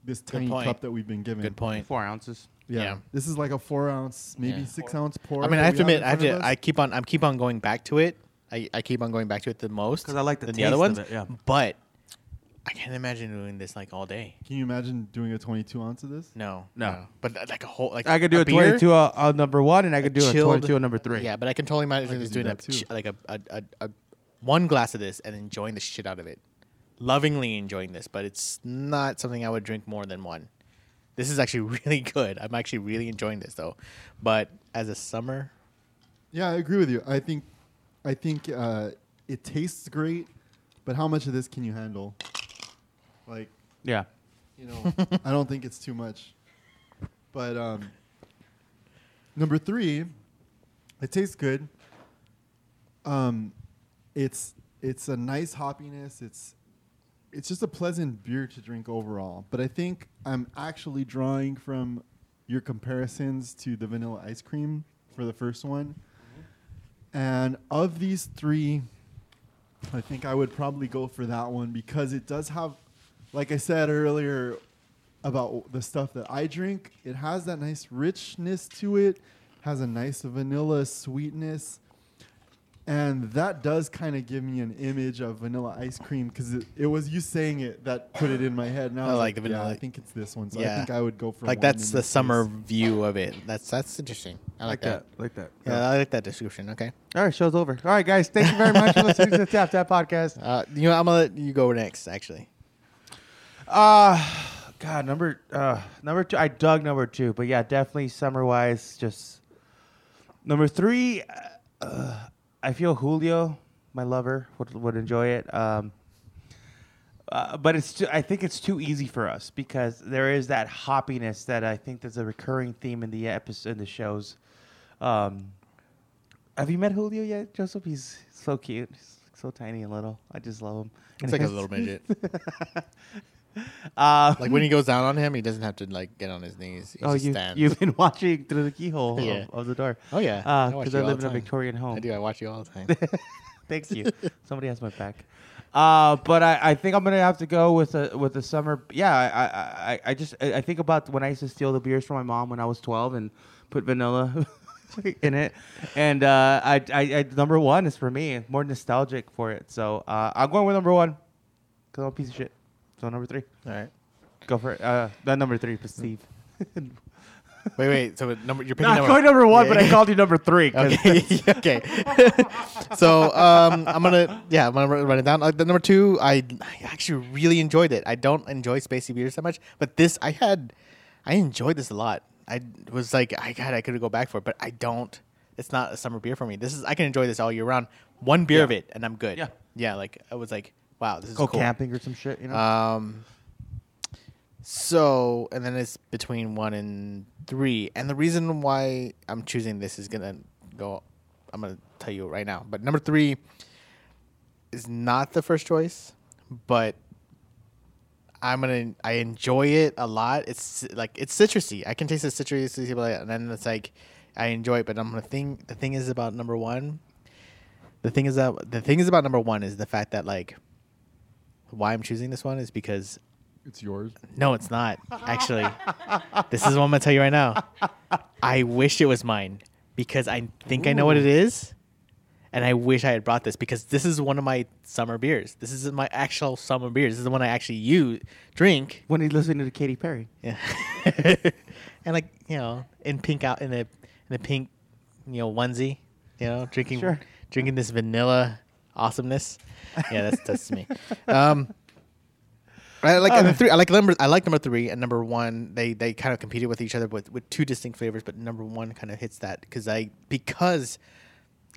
[SPEAKER 2] this tiny
[SPEAKER 3] point.
[SPEAKER 2] cup that we've been given.
[SPEAKER 3] Good point.
[SPEAKER 1] Four ounces.
[SPEAKER 2] Yeah.
[SPEAKER 3] Yeah.
[SPEAKER 2] this is like a four ounce, maybe
[SPEAKER 3] Yeah.
[SPEAKER 2] six ounce pour.
[SPEAKER 3] I mean, I
[SPEAKER 2] that
[SPEAKER 3] have
[SPEAKER 2] we
[SPEAKER 3] to admit,
[SPEAKER 2] in
[SPEAKER 3] I have
[SPEAKER 2] front
[SPEAKER 3] to.
[SPEAKER 2] of
[SPEAKER 3] I
[SPEAKER 2] us.
[SPEAKER 3] keep on. I keep on going back to it. I, I keep on going back to it the most
[SPEAKER 1] 'Cause I like the
[SPEAKER 3] than
[SPEAKER 1] taste
[SPEAKER 3] other
[SPEAKER 1] of
[SPEAKER 3] ones.
[SPEAKER 1] it, yeah.
[SPEAKER 3] But I can't imagine doing this like all day.
[SPEAKER 2] Can you imagine doing a 22 ounce of this?
[SPEAKER 3] No,
[SPEAKER 1] No.
[SPEAKER 3] But uh, like a whole like
[SPEAKER 1] I could do a,
[SPEAKER 3] beer,
[SPEAKER 1] 22 on, on number one, and I could do
[SPEAKER 3] chilled-
[SPEAKER 1] a 22 on number three.
[SPEAKER 3] Yeah, but I can totally
[SPEAKER 2] I
[SPEAKER 3] imagine just
[SPEAKER 2] could do
[SPEAKER 3] doing a,
[SPEAKER 2] that too.
[SPEAKER 3] ch- like a, a, a, a one glass of this and enjoying the shit out of it, lovingly enjoying this. But it's not something I would drink more than one. This is actually really good. I'm actually really enjoying this though. But as a summer,
[SPEAKER 2] Yeah, I agree with you. I think, I think uh, it tastes great, but how much of this can you handle? Like,
[SPEAKER 1] Yeah.
[SPEAKER 2] you know, I don't think it's too much. But um, number three, it tastes good. Um, it's it's a nice hoppiness. It's it's just a pleasant beer to drink overall. But I think I'm actually drawing from your comparisons to the vanilla ice cream for the first one. And of these three, I think I would probably go for that one because it does have, like I said earlier about the stuff that I drink, it has that nice richness to it, has a nice vanilla sweetness. And that does kind of give me an image of vanilla ice cream because it, it was you saying it that put it in my head. Now
[SPEAKER 3] I like the vanilla.
[SPEAKER 2] Yeah, I think it's this one. So I
[SPEAKER 3] Yeah.
[SPEAKER 2] think I would go for
[SPEAKER 3] like
[SPEAKER 2] one
[SPEAKER 3] that's
[SPEAKER 2] in
[SPEAKER 3] the
[SPEAKER 2] this
[SPEAKER 3] summer
[SPEAKER 2] case.
[SPEAKER 3] view of it. That's that's interesting. I like, that.
[SPEAKER 1] Like that.
[SPEAKER 3] Yeah, I like that description. Okay.
[SPEAKER 1] All right, show's over. All right, guys, thank you very much for listening to the Tap Tap Podcast.
[SPEAKER 3] Uh, you know, I'm gonna let you go next. Actually,
[SPEAKER 1] Uh God, number uh number two. I dug number two, but yeah, definitely summer wise. Just number three. Uh, I feel Julio, my lover, would would enjoy it. Um, uh, but it's too, I think it's too easy for us because there is that hoppiness that I think that's a recurring theme in the episode in the shows. Um, have you met Julio yet, Joseph? He's so cute, he's so tiny and little. I just love him.
[SPEAKER 3] it's like a little midget.
[SPEAKER 1] Uh,
[SPEAKER 3] Like when he goes down on him, he doesn't have to like get on his knees. He
[SPEAKER 1] oh,
[SPEAKER 3] just
[SPEAKER 1] you,
[SPEAKER 3] stands.
[SPEAKER 1] you've been watching through the keyhole of-
[SPEAKER 3] Yeah.
[SPEAKER 1] of, the door.
[SPEAKER 3] Oh yeah, watch
[SPEAKER 1] Because
[SPEAKER 3] you
[SPEAKER 1] I
[SPEAKER 3] all
[SPEAKER 1] live
[SPEAKER 3] the
[SPEAKER 1] in a
[SPEAKER 3] time.
[SPEAKER 1] Victorian home.
[SPEAKER 3] I do. I watch you all the time.
[SPEAKER 1] Thank you. Somebody has my back. Uh, but I, I think I'm gonna have to go with a with a summer. Yeah, I- I I, I just I, I think about when I used to steal the beers from my mom when I was 12 and put vanilla in it. And uh, I, I I number one is for me more nostalgic for it. So uh, I'm going with number one because I'm a piece of shit. So number three,
[SPEAKER 3] all right.
[SPEAKER 1] go for it. Uh, that number three, was Steve.
[SPEAKER 3] Wait, wait. So number you're picking
[SPEAKER 1] No, I'm
[SPEAKER 3] number.
[SPEAKER 1] going number one,
[SPEAKER 3] Yeah,
[SPEAKER 1] but I
[SPEAKER 3] yeah.
[SPEAKER 1] called you number three. 'cause
[SPEAKER 3] Okay. okay. so um, I'm gonna yeah I'm gonna ru- run it down. Like the number two, I, I actually really enjoyed it. I don't enjoy spacey beers that much, but this I had, I enjoyed this a lot. I was like, I God, I could go back for it, but I don't. It's not a summer beer for me. This is I can enjoy this all year round. One beer of it, and I'm good.
[SPEAKER 1] Yeah.
[SPEAKER 3] Yeah. Like I was like, wow, this is
[SPEAKER 1] Go
[SPEAKER 3] cool.
[SPEAKER 1] camping or some shit, you know.
[SPEAKER 3] Um, so, and then it's between one and three. And the reason why I'm choosing this is gonna go. I'm gonna tell you right now. But number three is not the first choice, but I'm gonna. I enjoy it a lot. It's like it's citrusy. I can taste the citrusy, but and then it's like I enjoy it. But I'm gonna think. The thing is about number one. The thing is that the thing is about number one is the fact that like why I'm choosing this one is because
[SPEAKER 2] It's yours.
[SPEAKER 3] no, it's not actually. this is what I'm gonna tell you right now. I wish it was mine because I think I know what it is, and I wish I had brought this because this is one of my summer beers. This is my actual summer beer. This is the one I actually use drink.
[SPEAKER 1] when he's listening to Katy Perry.
[SPEAKER 3] Yeah, and like you know, in pink out in a in a pink you know onesie, you know, drinking
[SPEAKER 1] Sure.
[SPEAKER 3] drinking this vanilla awesomeness. Yeah, that's that's me. Um, I like and the three. I like number. I like number three and number one. They they kind of competed with each other with with two distinct flavors, but number one kind of hits that because I because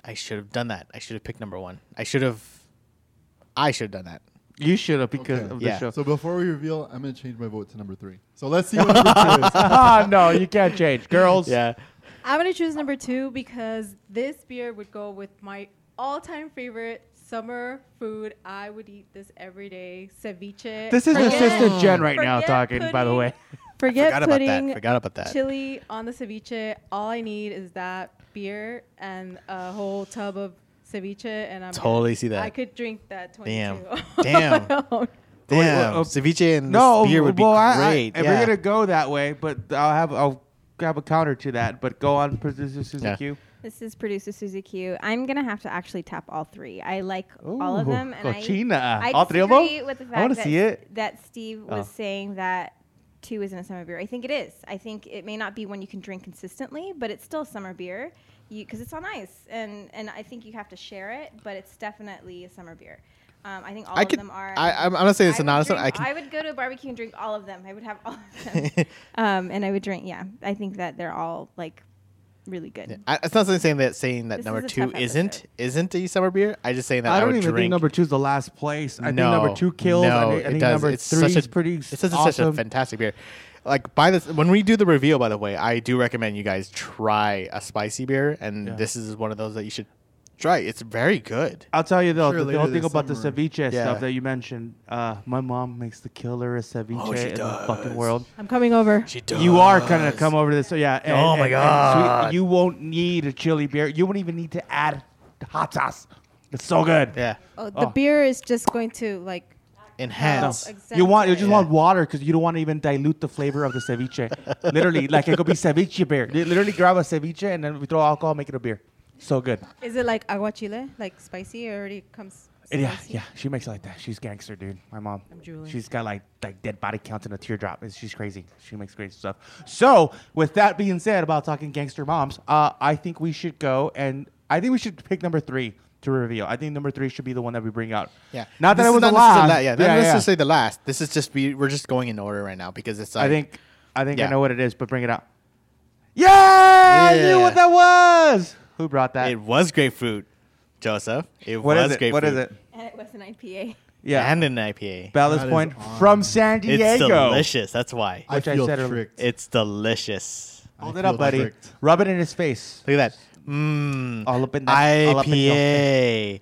[SPEAKER 3] I should have done that. I should have picked number one. I should have. I should have done that.
[SPEAKER 1] You should have because
[SPEAKER 2] Okay.
[SPEAKER 1] of the
[SPEAKER 3] Yeah.
[SPEAKER 1] show.
[SPEAKER 2] So before we reveal, I'm gonna change my vote to number three. So let's see what number two is.
[SPEAKER 1] Ah, no, you can't change, girls.
[SPEAKER 3] Yeah.
[SPEAKER 4] I'm gonna choose number two because this beer would go with my all-time favorite summer food. I would eat this every day. Ceviche.
[SPEAKER 1] This is your
[SPEAKER 4] Forget-
[SPEAKER 1] sister Jen right now
[SPEAKER 4] forget
[SPEAKER 1] talking. By the
[SPEAKER 4] pudding.
[SPEAKER 1] way,
[SPEAKER 4] Forget
[SPEAKER 3] Forgot about
[SPEAKER 4] putting
[SPEAKER 3] that. Forgot about that.
[SPEAKER 4] chili on the ceviche. All I need is that beer and a whole tub of ceviche, and I'm good.
[SPEAKER 3] Totally see that.
[SPEAKER 4] I could drink that. 22
[SPEAKER 3] Damn.
[SPEAKER 4] on
[SPEAKER 3] Damn.
[SPEAKER 4] my own.
[SPEAKER 3] Damn.
[SPEAKER 1] oh.
[SPEAKER 3] ceviche and
[SPEAKER 1] no,
[SPEAKER 3] this beer would be
[SPEAKER 1] well, I- I-
[SPEAKER 3] great.
[SPEAKER 1] if
[SPEAKER 3] yeah.
[SPEAKER 1] we're gonna go that way, but I'll have I'll have a counter to that. But go on, producer Susie
[SPEAKER 3] Yeah.
[SPEAKER 1] Q.
[SPEAKER 6] This is producer Susie Q. I'm gonna have to actually tap all three. I like all of
[SPEAKER 1] Ooh,
[SPEAKER 6] them, and
[SPEAKER 1] cochina.
[SPEAKER 6] I, I
[SPEAKER 1] All three of them?
[SPEAKER 6] disagree with the
[SPEAKER 1] I
[SPEAKER 6] fact
[SPEAKER 1] wanna
[SPEAKER 6] that,
[SPEAKER 1] see it.
[SPEAKER 6] that Steve was
[SPEAKER 1] Oh.
[SPEAKER 6] saying that two isn't a summer beer. I think it is. I think it may not be one you can drink consistently, but it's still summer beer. You because it's on ice, and and I think you have to share it, but it's definitely a summer beer. Um, I think all
[SPEAKER 3] I
[SPEAKER 6] of
[SPEAKER 3] could.
[SPEAKER 6] them are.
[SPEAKER 3] I, I'm, I'm not saying it's
[SPEAKER 6] I
[SPEAKER 3] an
[SPEAKER 6] would
[SPEAKER 3] honest one.
[SPEAKER 6] drink-
[SPEAKER 3] I can.
[SPEAKER 6] I would go to a barbecue and drink all of them. I would have all of them, um, and I would drink. Yeah, I think that they're all like really good.
[SPEAKER 3] Yeah, I, it's not something saying that saying that
[SPEAKER 6] This
[SPEAKER 3] number
[SPEAKER 6] is a
[SPEAKER 3] two
[SPEAKER 6] tough
[SPEAKER 3] isn't
[SPEAKER 6] episode.
[SPEAKER 3] isn't a summer beer. I just saying that
[SPEAKER 1] I don't
[SPEAKER 3] would
[SPEAKER 1] even
[SPEAKER 3] drink.
[SPEAKER 1] think number two is the last place. I
[SPEAKER 3] no,
[SPEAKER 1] think number two kills. I think,
[SPEAKER 3] No,
[SPEAKER 1] I
[SPEAKER 3] it
[SPEAKER 1] think
[SPEAKER 3] does.
[SPEAKER 1] number
[SPEAKER 3] it's
[SPEAKER 1] three
[SPEAKER 3] such
[SPEAKER 1] is
[SPEAKER 3] a,
[SPEAKER 1] pretty
[SPEAKER 3] It's such, a-
[SPEAKER 1] awesome.
[SPEAKER 3] such a fantastic beer. Like by this, when we do the reveal, by the way, I do recommend you guys try a spicy beer, and
[SPEAKER 1] Yeah.
[SPEAKER 3] this is one of those that you should try. It's very good.
[SPEAKER 1] I'll tell you though,
[SPEAKER 2] Sure,
[SPEAKER 1] the- the
[SPEAKER 2] later
[SPEAKER 1] whole thing
[SPEAKER 2] this
[SPEAKER 1] about the
[SPEAKER 2] summer.
[SPEAKER 1] ceviche
[SPEAKER 3] Yeah.
[SPEAKER 1] stuff that you mentioned. Uh, my mom makes the killerest ceviche
[SPEAKER 3] Oh, she
[SPEAKER 1] in the fucking
[SPEAKER 3] does.
[SPEAKER 1] world.
[SPEAKER 4] I'm coming over.
[SPEAKER 3] She does.
[SPEAKER 1] You are gonna come over to this, so yeah. and-
[SPEAKER 3] Oh my
[SPEAKER 1] and- and sweet-
[SPEAKER 3] God.
[SPEAKER 1] you won't need a chili beer. You won't even need to add hot sauce. It's so good.
[SPEAKER 3] Yeah.
[SPEAKER 4] Oh,
[SPEAKER 1] Oh.
[SPEAKER 4] the beer is just going to like
[SPEAKER 3] Enhance.
[SPEAKER 4] No.
[SPEAKER 1] You want you just
[SPEAKER 4] Exactly.
[SPEAKER 1] want water because you don't want to even dilute the flavor of the ceviche. literally, like it could be ceviche beer. Li- Literally, grab a ceviche and then we throw alcohol, make it a beer. So good.
[SPEAKER 4] Is it like aguachile? Like spicy? It already comes.
[SPEAKER 1] And yeah,
[SPEAKER 4] spicy?
[SPEAKER 1] yeah. She makes it like that. She's gangster, dude. My mom.
[SPEAKER 4] I'm drooling.
[SPEAKER 1] She's got like like dead body counts and a teardrop. and She's crazy. She makes great stuff. So with that being said, about talking gangster moms, uh, I think we should go and I think we should pick number three to reveal. I think number three should be the one that we bring out.
[SPEAKER 3] Yeah.
[SPEAKER 1] Not that
[SPEAKER 3] This
[SPEAKER 1] it
[SPEAKER 3] is
[SPEAKER 1] was a
[SPEAKER 3] necessarily
[SPEAKER 1] lot.
[SPEAKER 3] la- Yeah. Not necessarily the last. This is just we, we're just going in order right now because it's. Like,
[SPEAKER 1] I think I think I
[SPEAKER 3] Yeah.
[SPEAKER 1] know what it is, but bring it out. Yeah, I knew
[SPEAKER 3] Yeah.
[SPEAKER 1] what that was. Who brought that?
[SPEAKER 3] it was grapefruit, Joseph. It
[SPEAKER 1] Uh, What is
[SPEAKER 3] was
[SPEAKER 1] it?
[SPEAKER 3] grapefruit.
[SPEAKER 1] What is it?
[SPEAKER 6] And it was an IPA.
[SPEAKER 1] Yeah,
[SPEAKER 3] And an IPA.
[SPEAKER 1] Ballast
[SPEAKER 2] That is
[SPEAKER 1] Point
[SPEAKER 2] on.
[SPEAKER 1] from San
[SPEAKER 3] It's
[SPEAKER 1] Diego.
[SPEAKER 3] delicious. That's why.
[SPEAKER 2] I
[SPEAKER 1] Which I
[SPEAKER 2] feel
[SPEAKER 1] said earlier.
[SPEAKER 2] tricked.
[SPEAKER 3] It's delicious.
[SPEAKER 1] Hold
[SPEAKER 2] I
[SPEAKER 1] it up,
[SPEAKER 2] feel
[SPEAKER 1] buddy.
[SPEAKER 2] tricked.
[SPEAKER 1] Rub it in his face.
[SPEAKER 3] Look at that. Mmm.
[SPEAKER 1] All up in that. all up in your face.
[SPEAKER 3] IPA.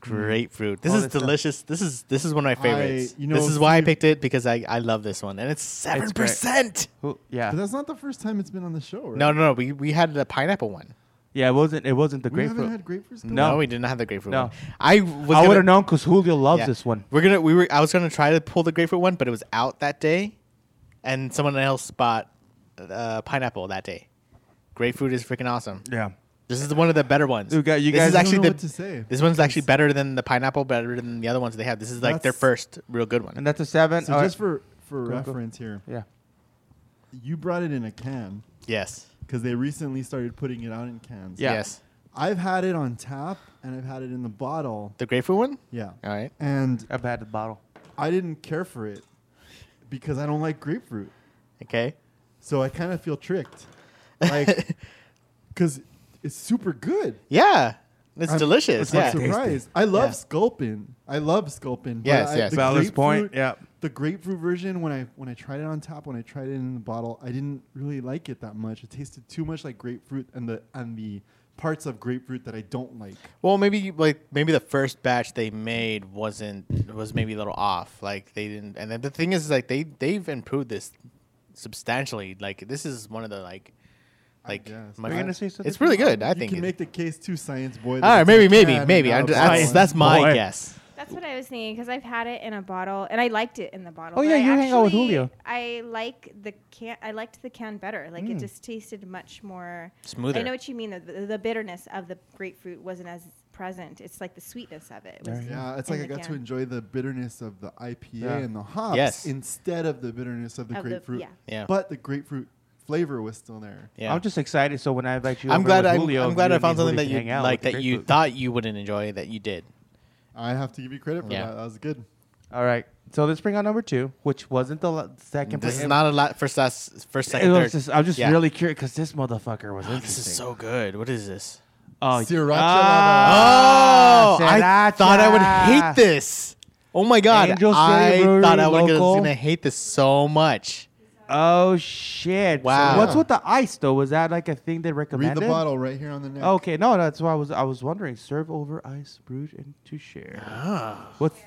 [SPEAKER 3] Grapefruit. This
[SPEAKER 1] All
[SPEAKER 3] is
[SPEAKER 1] this stuff.
[SPEAKER 3] delicious. This is this is one of my favorites.
[SPEAKER 2] you know,
[SPEAKER 3] this is why I
[SPEAKER 2] Steve-
[SPEAKER 3] picked it because I, I love this one. And it's seven percent.
[SPEAKER 1] Who-
[SPEAKER 2] But
[SPEAKER 1] Yeah,
[SPEAKER 2] that's not the first time it's been on the show, right?
[SPEAKER 3] No, no, no. We we had the pineapple one.
[SPEAKER 1] yeah. It wasn't. It wasn't the
[SPEAKER 2] we
[SPEAKER 1] grapefruit.
[SPEAKER 2] haven't had grapefruit.
[SPEAKER 1] No.
[SPEAKER 3] we didn't have the grapefruit
[SPEAKER 1] No.
[SPEAKER 3] one. I was
[SPEAKER 1] I
[SPEAKER 3] gonna-
[SPEAKER 1] would have known because Julio loves
[SPEAKER 3] yeah.
[SPEAKER 1] this one.
[SPEAKER 3] We're gonna we were I was gonna try to pull the grapefruit one, but it was out that day, and someone else bought uh, pineapple that day. Grapefruit is freaking awesome.
[SPEAKER 1] Yeah.
[SPEAKER 3] This is one of the better ones.
[SPEAKER 1] You got- you
[SPEAKER 3] this
[SPEAKER 1] guys-
[SPEAKER 3] is
[SPEAKER 1] I
[SPEAKER 2] don't
[SPEAKER 3] actually
[SPEAKER 2] know
[SPEAKER 3] the,
[SPEAKER 2] what to say.
[SPEAKER 3] This one's actually better than the pineapple, better than the other ones they have. This is like their
[SPEAKER 2] That's-
[SPEAKER 3] first real good
[SPEAKER 1] And
[SPEAKER 3] one.
[SPEAKER 1] that's a seven.
[SPEAKER 2] So
[SPEAKER 1] All
[SPEAKER 2] just
[SPEAKER 1] right. uh,
[SPEAKER 2] for for
[SPEAKER 1] Go, go.
[SPEAKER 2] reference here,
[SPEAKER 1] yeah.
[SPEAKER 2] you brought it in a can
[SPEAKER 3] Yes.
[SPEAKER 2] because they recently started putting it out in cans.
[SPEAKER 1] Yeah.
[SPEAKER 3] Yes.
[SPEAKER 2] I've had it on tap and I've had it in the bottle.
[SPEAKER 3] The grapefruit one?
[SPEAKER 2] Yeah.
[SPEAKER 3] All right.
[SPEAKER 2] And
[SPEAKER 1] I've had the bottle.
[SPEAKER 2] I didn't care for it because I don't like grapefruit.
[SPEAKER 3] Okay.
[SPEAKER 2] So I kind of feel tricked. Like, because it's super good.
[SPEAKER 3] Yeah. It's
[SPEAKER 2] I'm-
[SPEAKER 3] delicious.
[SPEAKER 2] I'm
[SPEAKER 3] Yeah.
[SPEAKER 2] surprised. I love Sculpin. I love Sculpin. but
[SPEAKER 3] Yes,
[SPEAKER 2] I-
[SPEAKER 3] yes.
[SPEAKER 2] the
[SPEAKER 1] Ballast Point,
[SPEAKER 2] grapefruit-
[SPEAKER 1] yep.
[SPEAKER 2] The grapefruit version, when I when I tried it on top, when I tried it in the bottle, I didn't really like it that much. It tasted too much like grapefruit, and the and the parts of grapefruit that I don't like.
[SPEAKER 3] Well, maybe like maybe the first batch they made wasn't was maybe a little off. Like they didn't. And then the thing is, like they they've improved this substantially. Like this is one of the like like
[SPEAKER 2] guess.
[SPEAKER 3] my-
[SPEAKER 1] We're gonna see something
[SPEAKER 3] it's really
[SPEAKER 1] tomorrow.
[SPEAKER 3] good. I think.
[SPEAKER 2] you
[SPEAKER 3] it-
[SPEAKER 2] can make the case to science boy. that
[SPEAKER 3] all right,
[SPEAKER 2] it's in
[SPEAKER 3] maybe,
[SPEAKER 2] a
[SPEAKER 3] maybe,
[SPEAKER 2] can
[SPEAKER 3] maybe.
[SPEAKER 2] and
[SPEAKER 3] I'm
[SPEAKER 2] not
[SPEAKER 3] just,
[SPEAKER 2] a bottle.
[SPEAKER 3] that's, that's my
[SPEAKER 1] Boy.
[SPEAKER 3] guess.
[SPEAKER 6] That's what I was thinking because I've had it in a bottle and I liked it in the bottle.
[SPEAKER 1] Oh,
[SPEAKER 6] but
[SPEAKER 1] yeah,
[SPEAKER 6] I
[SPEAKER 1] you hang out with
[SPEAKER 6] actually-
[SPEAKER 1] Julio.
[SPEAKER 6] I like the can. I liked the can better. Like
[SPEAKER 1] Mm.
[SPEAKER 6] it just tasted much more
[SPEAKER 3] Smoother.
[SPEAKER 6] I know what you mean. The, the, the bitterness of the grapefruit wasn't as present. It's like the sweetness of it. Was
[SPEAKER 2] Yeah, it's
[SPEAKER 6] in
[SPEAKER 2] like I
[SPEAKER 6] the
[SPEAKER 2] got to
[SPEAKER 6] can.
[SPEAKER 2] enjoy the bitterness of the IPA
[SPEAKER 1] Yeah.
[SPEAKER 2] and the hops
[SPEAKER 3] Yes.
[SPEAKER 2] instead of the bitterness of the
[SPEAKER 6] Of the-
[SPEAKER 2] grapefruit.
[SPEAKER 6] yeah.
[SPEAKER 3] Yeah.
[SPEAKER 2] But the grapefruit flavor was still there.
[SPEAKER 3] Yeah.
[SPEAKER 1] I'm just excited. So when I invite you,
[SPEAKER 3] I'm
[SPEAKER 1] over
[SPEAKER 3] glad.
[SPEAKER 1] with
[SPEAKER 3] I'm,
[SPEAKER 1] Julio,
[SPEAKER 3] I'm glad
[SPEAKER 1] you
[SPEAKER 3] I
[SPEAKER 1] and
[SPEAKER 3] found
[SPEAKER 1] me,
[SPEAKER 3] something
[SPEAKER 1] Julio
[SPEAKER 3] that
[SPEAKER 1] can
[SPEAKER 3] you
[SPEAKER 1] hang out with
[SPEAKER 3] like
[SPEAKER 1] the
[SPEAKER 3] that you
[SPEAKER 1] grapefruit.
[SPEAKER 3] thought you wouldn't enjoy that you did.
[SPEAKER 2] I have to give you credit for
[SPEAKER 3] Yeah.
[SPEAKER 2] that. That was good.
[SPEAKER 1] All right. So let's bring out number two, which wasn't the la- second.
[SPEAKER 3] This
[SPEAKER 1] pla-
[SPEAKER 3] is not a lot. First, last, first,
[SPEAKER 1] It
[SPEAKER 3] second,
[SPEAKER 1] was
[SPEAKER 3] third.
[SPEAKER 1] just, I'm just
[SPEAKER 3] Yeah.
[SPEAKER 1] really curious because this motherfucker was
[SPEAKER 3] Oh,
[SPEAKER 1] interesting.
[SPEAKER 3] this is so good. What is this?
[SPEAKER 1] Oh,
[SPEAKER 2] Sriracha
[SPEAKER 1] Ah,
[SPEAKER 3] Oh, I thought I would
[SPEAKER 1] sriracha.
[SPEAKER 3] hate this. Oh my god,
[SPEAKER 1] Angel City
[SPEAKER 3] I
[SPEAKER 1] Brewery
[SPEAKER 3] thought I was gonna-
[SPEAKER 1] local.
[SPEAKER 3] gonna hate this so much.
[SPEAKER 1] Oh shit! So
[SPEAKER 3] Wow.
[SPEAKER 1] what's with the ice though? Was that like a thing they
[SPEAKER 2] Read
[SPEAKER 1] recommended? Oh,
[SPEAKER 2] the bottle right here on the
[SPEAKER 3] Oh,
[SPEAKER 2] neck.
[SPEAKER 1] Okay, no, that's why I was I was wondering. Serve over ice, brewed and to share.
[SPEAKER 3] Ah.
[SPEAKER 1] What's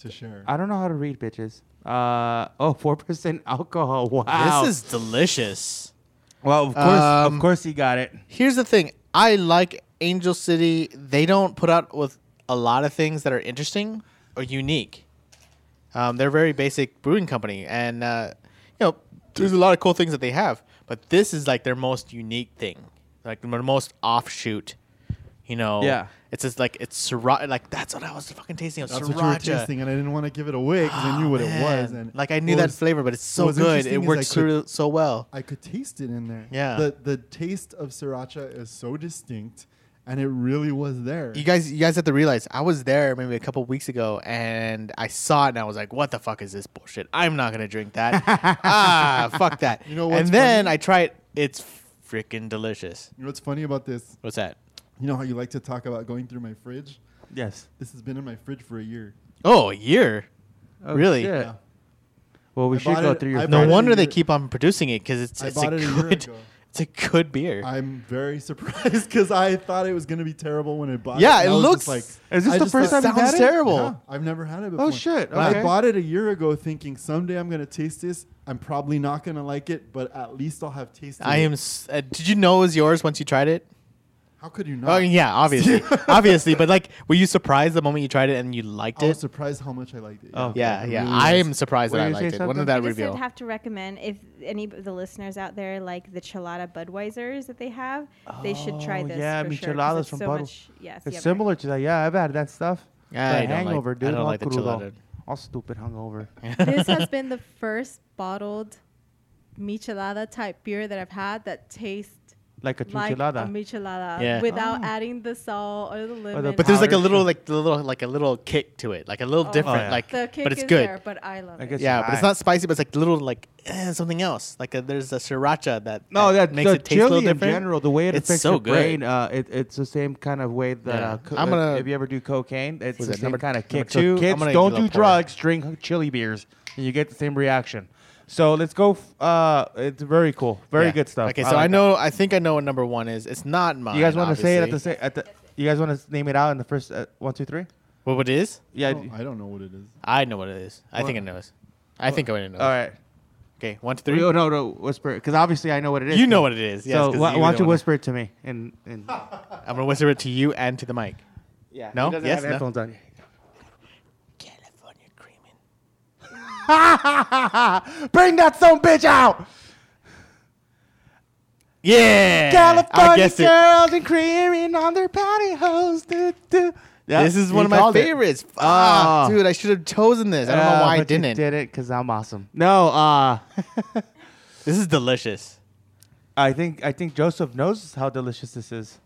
[SPEAKER 2] to share.
[SPEAKER 1] I don't know how to read, bitches. Uh oh, four percent alcohol. Wow.
[SPEAKER 3] This is delicious.
[SPEAKER 1] well, of course, of
[SPEAKER 3] Um,
[SPEAKER 1] course, he got it.
[SPEAKER 3] Here's the thing. I like Angel City. They don't put out with a lot of things that are interesting or unique. Um, they're a very basic brewing company, and uh, you know, there's a lot of cool things that they have. But this is like their most unique thing, like their most offshoot. You know,
[SPEAKER 1] Yeah.
[SPEAKER 3] It's just like it's sriracha. Like that's what I was fucking tasting. It was
[SPEAKER 2] That's
[SPEAKER 3] sriracha. Ah,
[SPEAKER 2] what you were tasting, and I didn't want to give it away because I knew what it was.
[SPEAKER 3] Man,
[SPEAKER 2] And
[SPEAKER 3] like I knew
[SPEAKER 2] what
[SPEAKER 3] that
[SPEAKER 2] was-
[SPEAKER 3] flavor, but it's so
[SPEAKER 2] was
[SPEAKER 3] good.
[SPEAKER 2] interesting
[SPEAKER 3] It
[SPEAKER 2] is
[SPEAKER 3] works
[SPEAKER 2] I could-
[SPEAKER 3] through so well.
[SPEAKER 2] I could taste it in there.
[SPEAKER 3] Yeah.
[SPEAKER 2] The the taste of sriracha is so distinct, and it really was there.
[SPEAKER 3] You guys, you guys have to realize I was there maybe a couple weeks ago, and I saw it, and I was like, "What the fuck is this bullshit? I'm not gonna drink that. ah, fuck that."
[SPEAKER 2] You know
[SPEAKER 3] And
[SPEAKER 2] what's
[SPEAKER 3] then
[SPEAKER 2] funny?
[SPEAKER 3] I try it. It's freaking delicious.
[SPEAKER 2] You know what's funny about this?
[SPEAKER 3] What's that?
[SPEAKER 2] You know how you like to talk about going through my fridge?
[SPEAKER 1] Yes.
[SPEAKER 2] This has been in my fridge for a year.
[SPEAKER 3] Oh, a year.
[SPEAKER 1] Oh,
[SPEAKER 3] Really?
[SPEAKER 1] shit.
[SPEAKER 2] Yeah.
[SPEAKER 1] Well, we
[SPEAKER 2] I
[SPEAKER 1] should
[SPEAKER 2] bought
[SPEAKER 1] go
[SPEAKER 2] it-
[SPEAKER 1] through your.
[SPEAKER 2] I
[SPEAKER 1] fridge.
[SPEAKER 3] No
[SPEAKER 2] bought it a
[SPEAKER 3] wonder they
[SPEAKER 2] year-
[SPEAKER 3] keep on producing it because it's
[SPEAKER 2] I
[SPEAKER 3] it's a
[SPEAKER 2] bought it a year
[SPEAKER 3] good
[SPEAKER 2] ago.
[SPEAKER 3] it's a good beer.
[SPEAKER 2] I'm very surprised because I thought it was gonna be terrible when I bought
[SPEAKER 3] Yeah,
[SPEAKER 2] it.
[SPEAKER 3] it
[SPEAKER 2] And I was just
[SPEAKER 3] looks-
[SPEAKER 2] like
[SPEAKER 1] Is this
[SPEAKER 2] I
[SPEAKER 1] the
[SPEAKER 2] just
[SPEAKER 1] first
[SPEAKER 2] thought-
[SPEAKER 1] time you've
[SPEAKER 3] sounds
[SPEAKER 1] had it? Oh,
[SPEAKER 3] terrible.
[SPEAKER 2] Yeah, I've never had it before.
[SPEAKER 1] shit,
[SPEAKER 2] When I
[SPEAKER 1] okay.
[SPEAKER 2] bought it a year ago thinking someday I'm gonna taste this. I'm probably not gonna like it, but at least I'll have tasted
[SPEAKER 3] I
[SPEAKER 2] it.
[SPEAKER 3] am. s- Uh, did you know it was yours once you tried it?
[SPEAKER 2] How could you not?
[SPEAKER 3] Oh yeah, obviously, obviously. But like, were you surprised the moment you tried it and you liked
[SPEAKER 2] I was
[SPEAKER 3] it?
[SPEAKER 2] surprised how much I liked it.
[SPEAKER 1] Oh.
[SPEAKER 3] Yeah,
[SPEAKER 1] Okay,
[SPEAKER 3] yeah.
[SPEAKER 1] really
[SPEAKER 3] I
[SPEAKER 1] nice.
[SPEAKER 3] am surprised
[SPEAKER 1] Were
[SPEAKER 3] that I
[SPEAKER 1] you gonna say
[SPEAKER 3] liked it. When
[SPEAKER 1] something?
[SPEAKER 3] did
[SPEAKER 6] I
[SPEAKER 3] that
[SPEAKER 6] just would
[SPEAKER 3] reveal?
[SPEAKER 6] have to recommend if any of the listeners out there like the Chelada Budweisers that they have, they should try
[SPEAKER 1] Oh,
[SPEAKER 6] this.
[SPEAKER 1] yeah,
[SPEAKER 6] for sure, 'cause
[SPEAKER 1] micheladas
[SPEAKER 6] it's
[SPEAKER 1] from
[SPEAKER 6] so
[SPEAKER 1] Bud-
[SPEAKER 6] much, yes,
[SPEAKER 1] It's
[SPEAKER 6] yeah,
[SPEAKER 1] similar to that. Yeah, I've had that stuff.
[SPEAKER 3] Yeah,
[SPEAKER 1] The
[SPEAKER 3] I don't like-
[SPEAKER 1] hangover,
[SPEAKER 3] I
[SPEAKER 1] dude.
[SPEAKER 3] don't
[SPEAKER 1] all
[SPEAKER 3] like the
[SPEAKER 1] crudo.
[SPEAKER 3] gelatin.
[SPEAKER 1] All stupid hungover.
[SPEAKER 4] this has been the first bottled michelada type beer that I've had that tastes
[SPEAKER 1] Like a
[SPEAKER 4] like a
[SPEAKER 1] chinchilada.
[SPEAKER 4] michelada
[SPEAKER 3] Yeah. Oh.
[SPEAKER 4] without adding the salt or the lemon.
[SPEAKER 3] But there's like a
[SPEAKER 1] powder.
[SPEAKER 3] little, like the little, like a little kick to it, like a little
[SPEAKER 4] Oh,
[SPEAKER 3] different,
[SPEAKER 1] yeah.
[SPEAKER 3] like,
[SPEAKER 4] the kick
[SPEAKER 3] but it's
[SPEAKER 4] is
[SPEAKER 3] good.
[SPEAKER 4] there, but I love
[SPEAKER 1] I
[SPEAKER 4] it.
[SPEAKER 1] guess-
[SPEAKER 3] yeah, but it's
[SPEAKER 1] Hi.
[SPEAKER 3] not spicy, but it's like little, like eh, something else. Like a, there's a sriracha that
[SPEAKER 1] No, that
[SPEAKER 3] makes
[SPEAKER 1] the
[SPEAKER 3] it taste a little
[SPEAKER 1] chili in
[SPEAKER 3] different.
[SPEAKER 1] general, the way it
[SPEAKER 3] It's
[SPEAKER 1] affects
[SPEAKER 3] so
[SPEAKER 1] your
[SPEAKER 3] good.
[SPEAKER 1] brain, uh, it, it's the same kind of way that
[SPEAKER 3] Yeah.
[SPEAKER 1] uh, co-
[SPEAKER 3] I'm gonna-
[SPEAKER 1] if you ever do cocaine, it's
[SPEAKER 3] Was
[SPEAKER 1] the
[SPEAKER 3] it
[SPEAKER 1] same
[SPEAKER 3] number-
[SPEAKER 1] kind of
[SPEAKER 3] number
[SPEAKER 1] kick. So
[SPEAKER 3] two?
[SPEAKER 1] kids,
[SPEAKER 3] I'm gonna
[SPEAKER 1] don't
[SPEAKER 3] give a
[SPEAKER 1] do
[SPEAKER 3] pour.
[SPEAKER 1] drugs, drink chili beers, and you get the same reaction. So let's go. F- uh, it's very cool, very
[SPEAKER 3] Yeah.
[SPEAKER 1] good stuff.
[SPEAKER 3] Okay, so I,
[SPEAKER 1] like
[SPEAKER 3] know, I think I know what number one is. It's not mine.
[SPEAKER 1] that. You guys want to say it at the
[SPEAKER 3] obviously.
[SPEAKER 1] same? At the, you guys want to name it out in the first uh, one, two, three?
[SPEAKER 3] What it is?
[SPEAKER 1] Yeah.
[SPEAKER 2] Oh, I don't know what it is.
[SPEAKER 3] I know what it is. I think I know it. I think I know. it.
[SPEAKER 1] all right.
[SPEAKER 3] Okay, one, two,
[SPEAKER 1] Three.
[SPEAKER 3] three.
[SPEAKER 1] Oh, no, no, whisper because obviously I know what it is.
[SPEAKER 3] You know what it is. Yes,
[SPEAKER 1] so
[SPEAKER 3] 'cause
[SPEAKER 1] why,
[SPEAKER 3] you
[SPEAKER 1] why don't
[SPEAKER 3] the
[SPEAKER 1] you
[SPEAKER 3] one-
[SPEAKER 1] whisper it to me? And, and
[SPEAKER 3] I'm gonna whisper it to you and to the mic.
[SPEAKER 1] yeah,
[SPEAKER 3] No?
[SPEAKER 1] He doesn't
[SPEAKER 3] Yes,
[SPEAKER 1] have
[SPEAKER 3] no?
[SPEAKER 1] headphones on.
[SPEAKER 3] California creaming.
[SPEAKER 1] Bring that son bitch out.
[SPEAKER 3] Yeah, I
[SPEAKER 1] California
[SPEAKER 3] guessed it.
[SPEAKER 1] girls and creaming on their pantyhose. Do, do. Yeah,
[SPEAKER 3] This is
[SPEAKER 1] you
[SPEAKER 3] one of my
[SPEAKER 1] called it.
[SPEAKER 3] favorites. Ah,
[SPEAKER 1] Ah.
[SPEAKER 3] dude, I should have chosen this. I don't
[SPEAKER 1] Uh,
[SPEAKER 3] know why I
[SPEAKER 1] but you
[SPEAKER 3] didn't.
[SPEAKER 1] Did it because I'm awesome. No, uh,
[SPEAKER 3] This is delicious.
[SPEAKER 1] I think I think Joseph knows how delicious this is.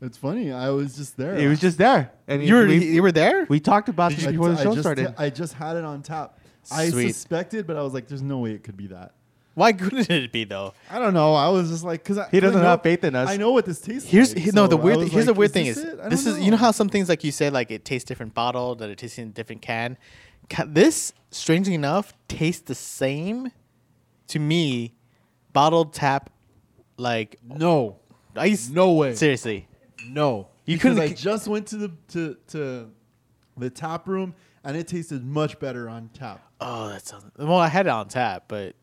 [SPEAKER 2] It's funny. I was just there.
[SPEAKER 1] He was just there, and he-
[SPEAKER 3] You were
[SPEAKER 1] we,
[SPEAKER 3] you were there?
[SPEAKER 1] we talked about
[SPEAKER 2] I,
[SPEAKER 1] this before the
[SPEAKER 2] I
[SPEAKER 1] show
[SPEAKER 2] just
[SPEAKER 1] started.
[SPEAKER 2] I just had it on tap. I
[SPEAKER 3] Sweet.
[SPEAKER 2] suspected, but I was like, "There's no way it could be that."
[SPEAKER 3] Why couldn't it be though?
[SPEAKER 2] I don't know. I was just like, "Cause I,
[SPEAKER 1] He doesn't
[SPEAKER 2] I know-
[SPEAKER 1] have faith in us.
[SPEAKER 2] I know what this tastes
[SPEAKER 3] Here's
[SPEAKER 2] like.
[SPEAKER 3] he- no
[SPEAKER 2] so
[SPEAKER 3] the
[SPEAKER 2] I
[SPEAKER 3] weird.
[SPEAKER 2] was
[SPEAKER 3] Here's the
[SPEAKER 2] like,
[SPEAKER 3] weird thing
[SPEAKER 2] this
[SPEAKER 3] is
[SPEAKER 2] it? I
[SPEAKER 3] this
[SPEAKER 2] don't
[SPEAKER 3] is you know how some things like you said like it tastes different bottled that it tastes in different can. Ca- This strangely enough tastes the same to me, bottled tap, like
[SPEAKER 2] no
[SPEAKER 3] ice.
[SPEAKER 2] No way.
[SPEAKER 3] Seriously,
[SPEAKER 2] no
[SPEAKER 3] You
[SPEAKER 2] because
[SPEAKER 3] couldn't-
[SPEAKER 2] I just went to the to to the tap room and it tasted much better on tap.
[SPEAKER 3] Oh, that sounds. Well, I had it on tap, but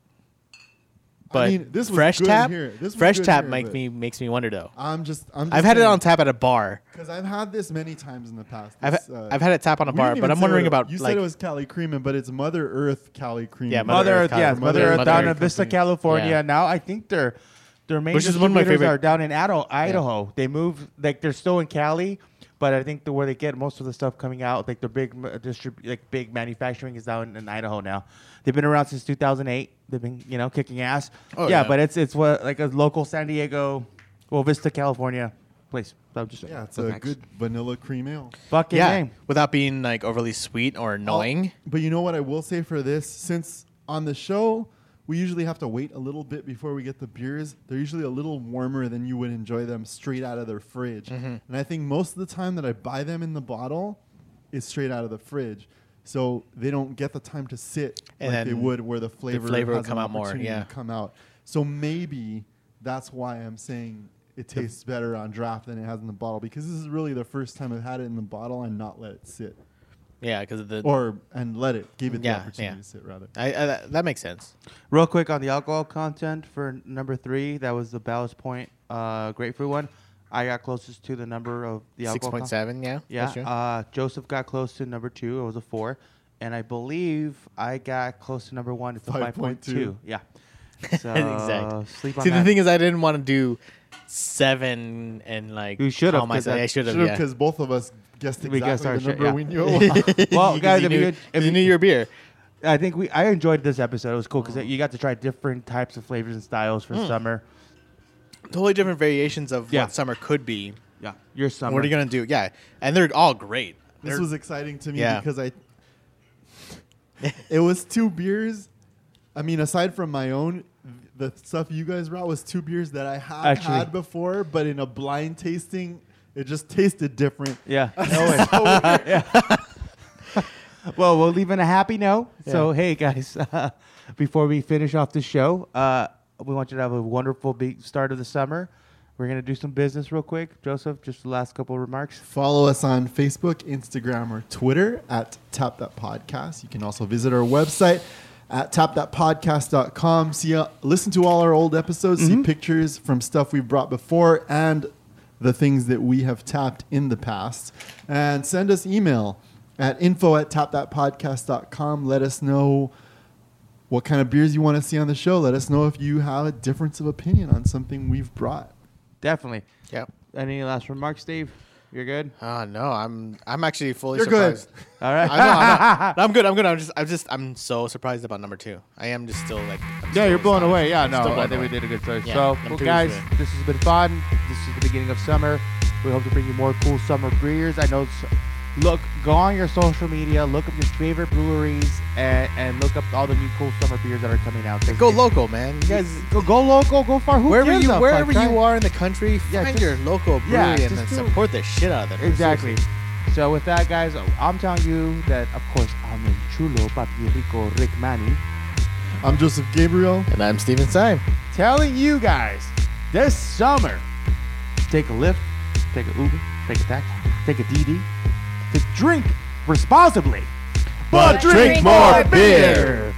[SPEAKER 3] but
[SPEAKER 2] mean, this was
[SPEAKER 3] fresh
[SPEAKER 2] good
[SPEAKER 3] tap,
[SPEAKER 2] here. This was
[SPEAKER 3] fresh
[SPEAKER 2] good
[SPEAKER 3] tap
[SPEAKER 2] here,
[SPEAKER 3] make
[SPEAKER 2] but-
[SPEAKER 3] me makes me wonder though.
[SPEAKER 2] I'm just I'm. Just
[SPEAKER 3] I've had it on tap at a bar.
[SPEAKER 2] because I've had this many times in the past.
[SPEAKER 3] I've
[SPEAKER 2] This, uh,
[SPEAKER 3] ha- I've had it tap on a
[SPEAKER 2] we
[SPEAKER 3] bar,
[SPEAKER 2] didn't
[SPEAKER 3] but
[SPEAKER 2] even
[SPEAKER 3] I'm
[SPEAKER 2] say
[SPEAKER 3] wondering
[SPEAKER 2] what it-
[SPEAKER 3] about,
[SPEAKER 2] You
[SPEAKER 3] like-
[SPEAKER 2] said it was Cali Creamin, but it's Mother Earth Cali Creamin.
[SPEAKER 3] Yeah,
[SPEAKER 1] Mother Earth,
[SPEAKER 3] Earth,
[SPEAKER 1] yes,
[SPEAKER 3] California.
[SPEAKER 1] Mother Earth
[SPEAKER 2] Mother
[SPEAKER 1] down
[SPEAKER 2] Earth
[SPEAKER 1] in Vista,
[SPEAKER 2] company.
[SPEAKER 1] California.
[SPEAKER 3] Yeah.
[SPEAKER 1] Now I think they're their main
[SPEAKER 3] Which is one of my
[SPEAKER 1] distributors
[SPEAKER 3] favorite-
[SPEAKER 1] are down in Idaho. Idaho. They move like they're still in Cali, but I think the where they get most of the stuff coming out, like their big m- distrib- like big manufacturing is down in Idaho now. They've been around since 2008. They've been you know kicking ass.
[SPEAKER 3] Oh,
[SPEAKER 1] yeah,
[SPEAKER 3] yeah.
[SPEAKER 1] but it's it's what like a local San Diego, well Vista, California place. I'm just saying.
[SPEAKER 2] Yeah, it's
[SPEAKER 1] What's
[SPEAKER 2] a
[SPEAKER 1] next?
[SPEAKER 2] good vanilla cream ale.
[SPEAKER 1] fucking
[SPEAKER 3] yeah,
[SPEAKER 1] name.
[SPEAKER 3] without being
[SPEAKER 2] Oh.
[SPEAKER 3] like overly sweet or annoying.
[SPEAKER 2] But you know what I will say for this, since on the show We usually have to wait a little bit before we get the beers. They're usually a little warmer than you would enjoy them straight out of their fridge.
[SPEAKER 3] Mm-hmm.
[SPEAKER 2] And I think most of the time that I buy them in the bottle is straight out of the fridge. So they don't get the time to sit
[SPEAKER 3] And
[SPEAKER 2] like they
[SPEAKER 3] then
[SPEAKER 2] would where the flavor,
[SPEAKER 3] flavor
[SPEAKER 2] has
[SPEAKER 3] will come
[SPEAKER 2] an
[SPEAKER 3] out more,
[SPEAKER 2] opportunity to
[SPEAKER 3] yeah.
[SPEAKER 2] come out. So maybe that's why I'm saying it tastes better on draft than it has in the bottle because this is really the first time I've had it in the bottle and not let it sit
[SPEAKER 3] Yeah, because the
[SPEAKER 2] or and let it give it
[SPEAKER 3] Yeah,
[SPEAKER 2] the opportunity
[SPEAKER 3] yeah.
[SPEAKER 2] to sit rather.
[SPEAKER 3] I, I, that- that makes sense.
[SPEAKER 1] Real quick on the alcohol content for number three, that was the Ballast Point uh, grapefruit one. I got closest to the number of the
[SPEAKER 3] Six
[SPEAKER 1] alcohol.
[SPEAKER 3] point
[SPEAKER 1] con-
[SPEAKER 3] seven. Yeah.
[SPEAKER 1] Yeah.
[SPEAKER 3] that's true.
[SPEAKER 1] Uh, Joseph got close to number two. It was a four, and I believe I got close to number one. It's a five point
[SPEAKER 2] 5.2.
[SPEAKER 1] two. Yeah. So
[SPEAKER 3] Exactly.
[SPEAKER 1] sleep on
[SPEAKER 3] See,
[SPEAKER 1] that.
[SPEAKER 3] the thing is, I didn't want to do seven and like.
[SPEAKER 1] You should've,
[SPEAKER 3] call
[SPEAKER 1] 'cause
[SPEAKER 3] myself-
[SPEAKER 1] I-
[SPEAKER 3] I should have.
[SPEAKER 2] Should've,
[SPEAKER 3] Yeah.
[SPEAKER 2] both of us guessed
[SPEAKER 1] We
[SPEAKER 2] exactly
[SPEAKER 1] guessed our
[SPEAKER 2] the
[SPEAKER 1] shit,
[SPEAKER 2] number
[SPEAKER 1] yeah.
[SPEAKER 2] we knew.
[SPEAKER 1] well,
[SPEAKER 3] 'Cause
[SPEAKER 1] guys,
[SPEAKER 3] you
[SPEAKER 1] if you,
[SPEAKER 3] knew,
[SPEAKER 1] could- if
[SPEAKER 3] 'cause you knew your beer.
[SPEAKER 1] I think we I enjoyed this episode. It was cool because
[SPEAKER 3] Mm.
[SPEAKER 1] you got to try different types of flavors and styles for summer.
[SPEAKER 3] Totally different variations of
[SPEAKER 1] Yeah.
[SPEAKER 3] what summer could be.
[SPEAKER 1] Yeah, your summer.
[SPEAKER 3] What are you gonna do? Yeah, and they're all great.
[SPEAKER 2] this
[SPEAKER 3] They're-
[SPEAKER 2] was exciting to me
[SPEAKER 3] Yeah.
[SPEAKER 2] because I it was two beers. I mean, aside from my own, the stuff you guys brought was two beers that I had
[SPEAKER 1] Actually-
[SPEAKER 2] had before, but in a blind tasting, it just tasted different.
[SPEAKER 1] Yeah.
[SPEAKER 2] Always.
[SPEAKER 1] well, we'll leave on a happy note. So, hey, guys, before we finish off the show, uh, we want you to have a wonderful big start of the summer. We're going to do some business real quick. Joseph, just the last couple of remarks.
[SPEAKER 2] Follow us on Facebook, Instagram, or Twitter at Tap That Podcast. You can also visit our website at tapthatpodcast.com. See, uh, listen to all our old episodes, see pictures from stuff we've brought before and the things that we have tapped in the past. And send us email at info at tapthatpodcast.com. Let us know what kind of beers you want to see on the show. Let us know if you have a difference of opinion on something we've brought.
[SPEAKER 1] Definitely.
[SPEAKER 3] Yep.
[SPEAKER 1] Any last remarks, Steve? You're good?
[SPEAKER 3] Oh no, I'm I'm actually fully
[SPEAKER 2] You're good.
[SPEAKER 3] surprised.
[SPEAKER 1] All right.
[SPEAKER 3] I know, I'm, not, I'm good. I'm good. I'm just I'm just I'm so surprised about number two. I am just still like I'm
[SPEAKER 1] Yeah,
[SPEAKER 3] so
[SPEAKER 1] you're blown
[SPEAKER 3] astonished.
[SPEAKER 1] away. Yeah,
[SPEAKER 3] I'm
[SPEAKER 1] no,
[SPEAKER 3] still
[SPEAKER 1] I
[SPEAKER 3] blown
[SPEAKER 1] think we
[SPEAKER 3] away.
[SPEAKER 1] did a good choice.
[SPEAKER 3] Yeah,
[SPEAKER 1] so,
[SPEAKER 3] I'm
[SPEAKER 1] well,
[SPEAKER 3] pleased
[SPEAKER 1] guys,
[SPEAKER 3] with it.
[SPEAKER 1] this has been fun. This is the beginning of summer. We hope to bring you more cool summer brewers. I know. It's, look, go on your social media, look up your favorite breweries, and, and look up all the new cool summer beers that are coming out. Thank
[SPEAKER 3] Go
[SPEAKER 1] you.
[SPEAKER 3] local, man. You guys,
[SPEAKER 1] go, go local, go far. Who
[SPEAKER 3] wherever
[SPEAKER 1] gives
[SPEAKER 3] you
[SPEAKER 1] a fuck,
[SPEAKER 3] wherever
[SPEAKER 1] right?
[SPEAKER 3] you are in the country, find
[SPEAKER 1] Yeah, just-
[SPEAKER 3] your local brewery
[SPEAKER 1] yeah,
[SPEAKER 3] and
[SPEAKER 1] just
[SPEAKER 3] then
[SPEAKER 1] do-
[SPEAKER 3] support the shit out of them.
[SPEAKER 1] Exactly. So with that, guys, I'm telling you that of course I'm in Chulo, Papi Rico, Rick Manny.
[SPEAKER 2] I'm Joseph Gabriel.
[SPEAKER 3] And I'm Steven Syme.
[SPEAKER 1] telling you guys this summer take a lift take a uber take a taxi take a dd to drink responsibly
[SPEAKER 6] But drink more
[SPEAKER 1] beer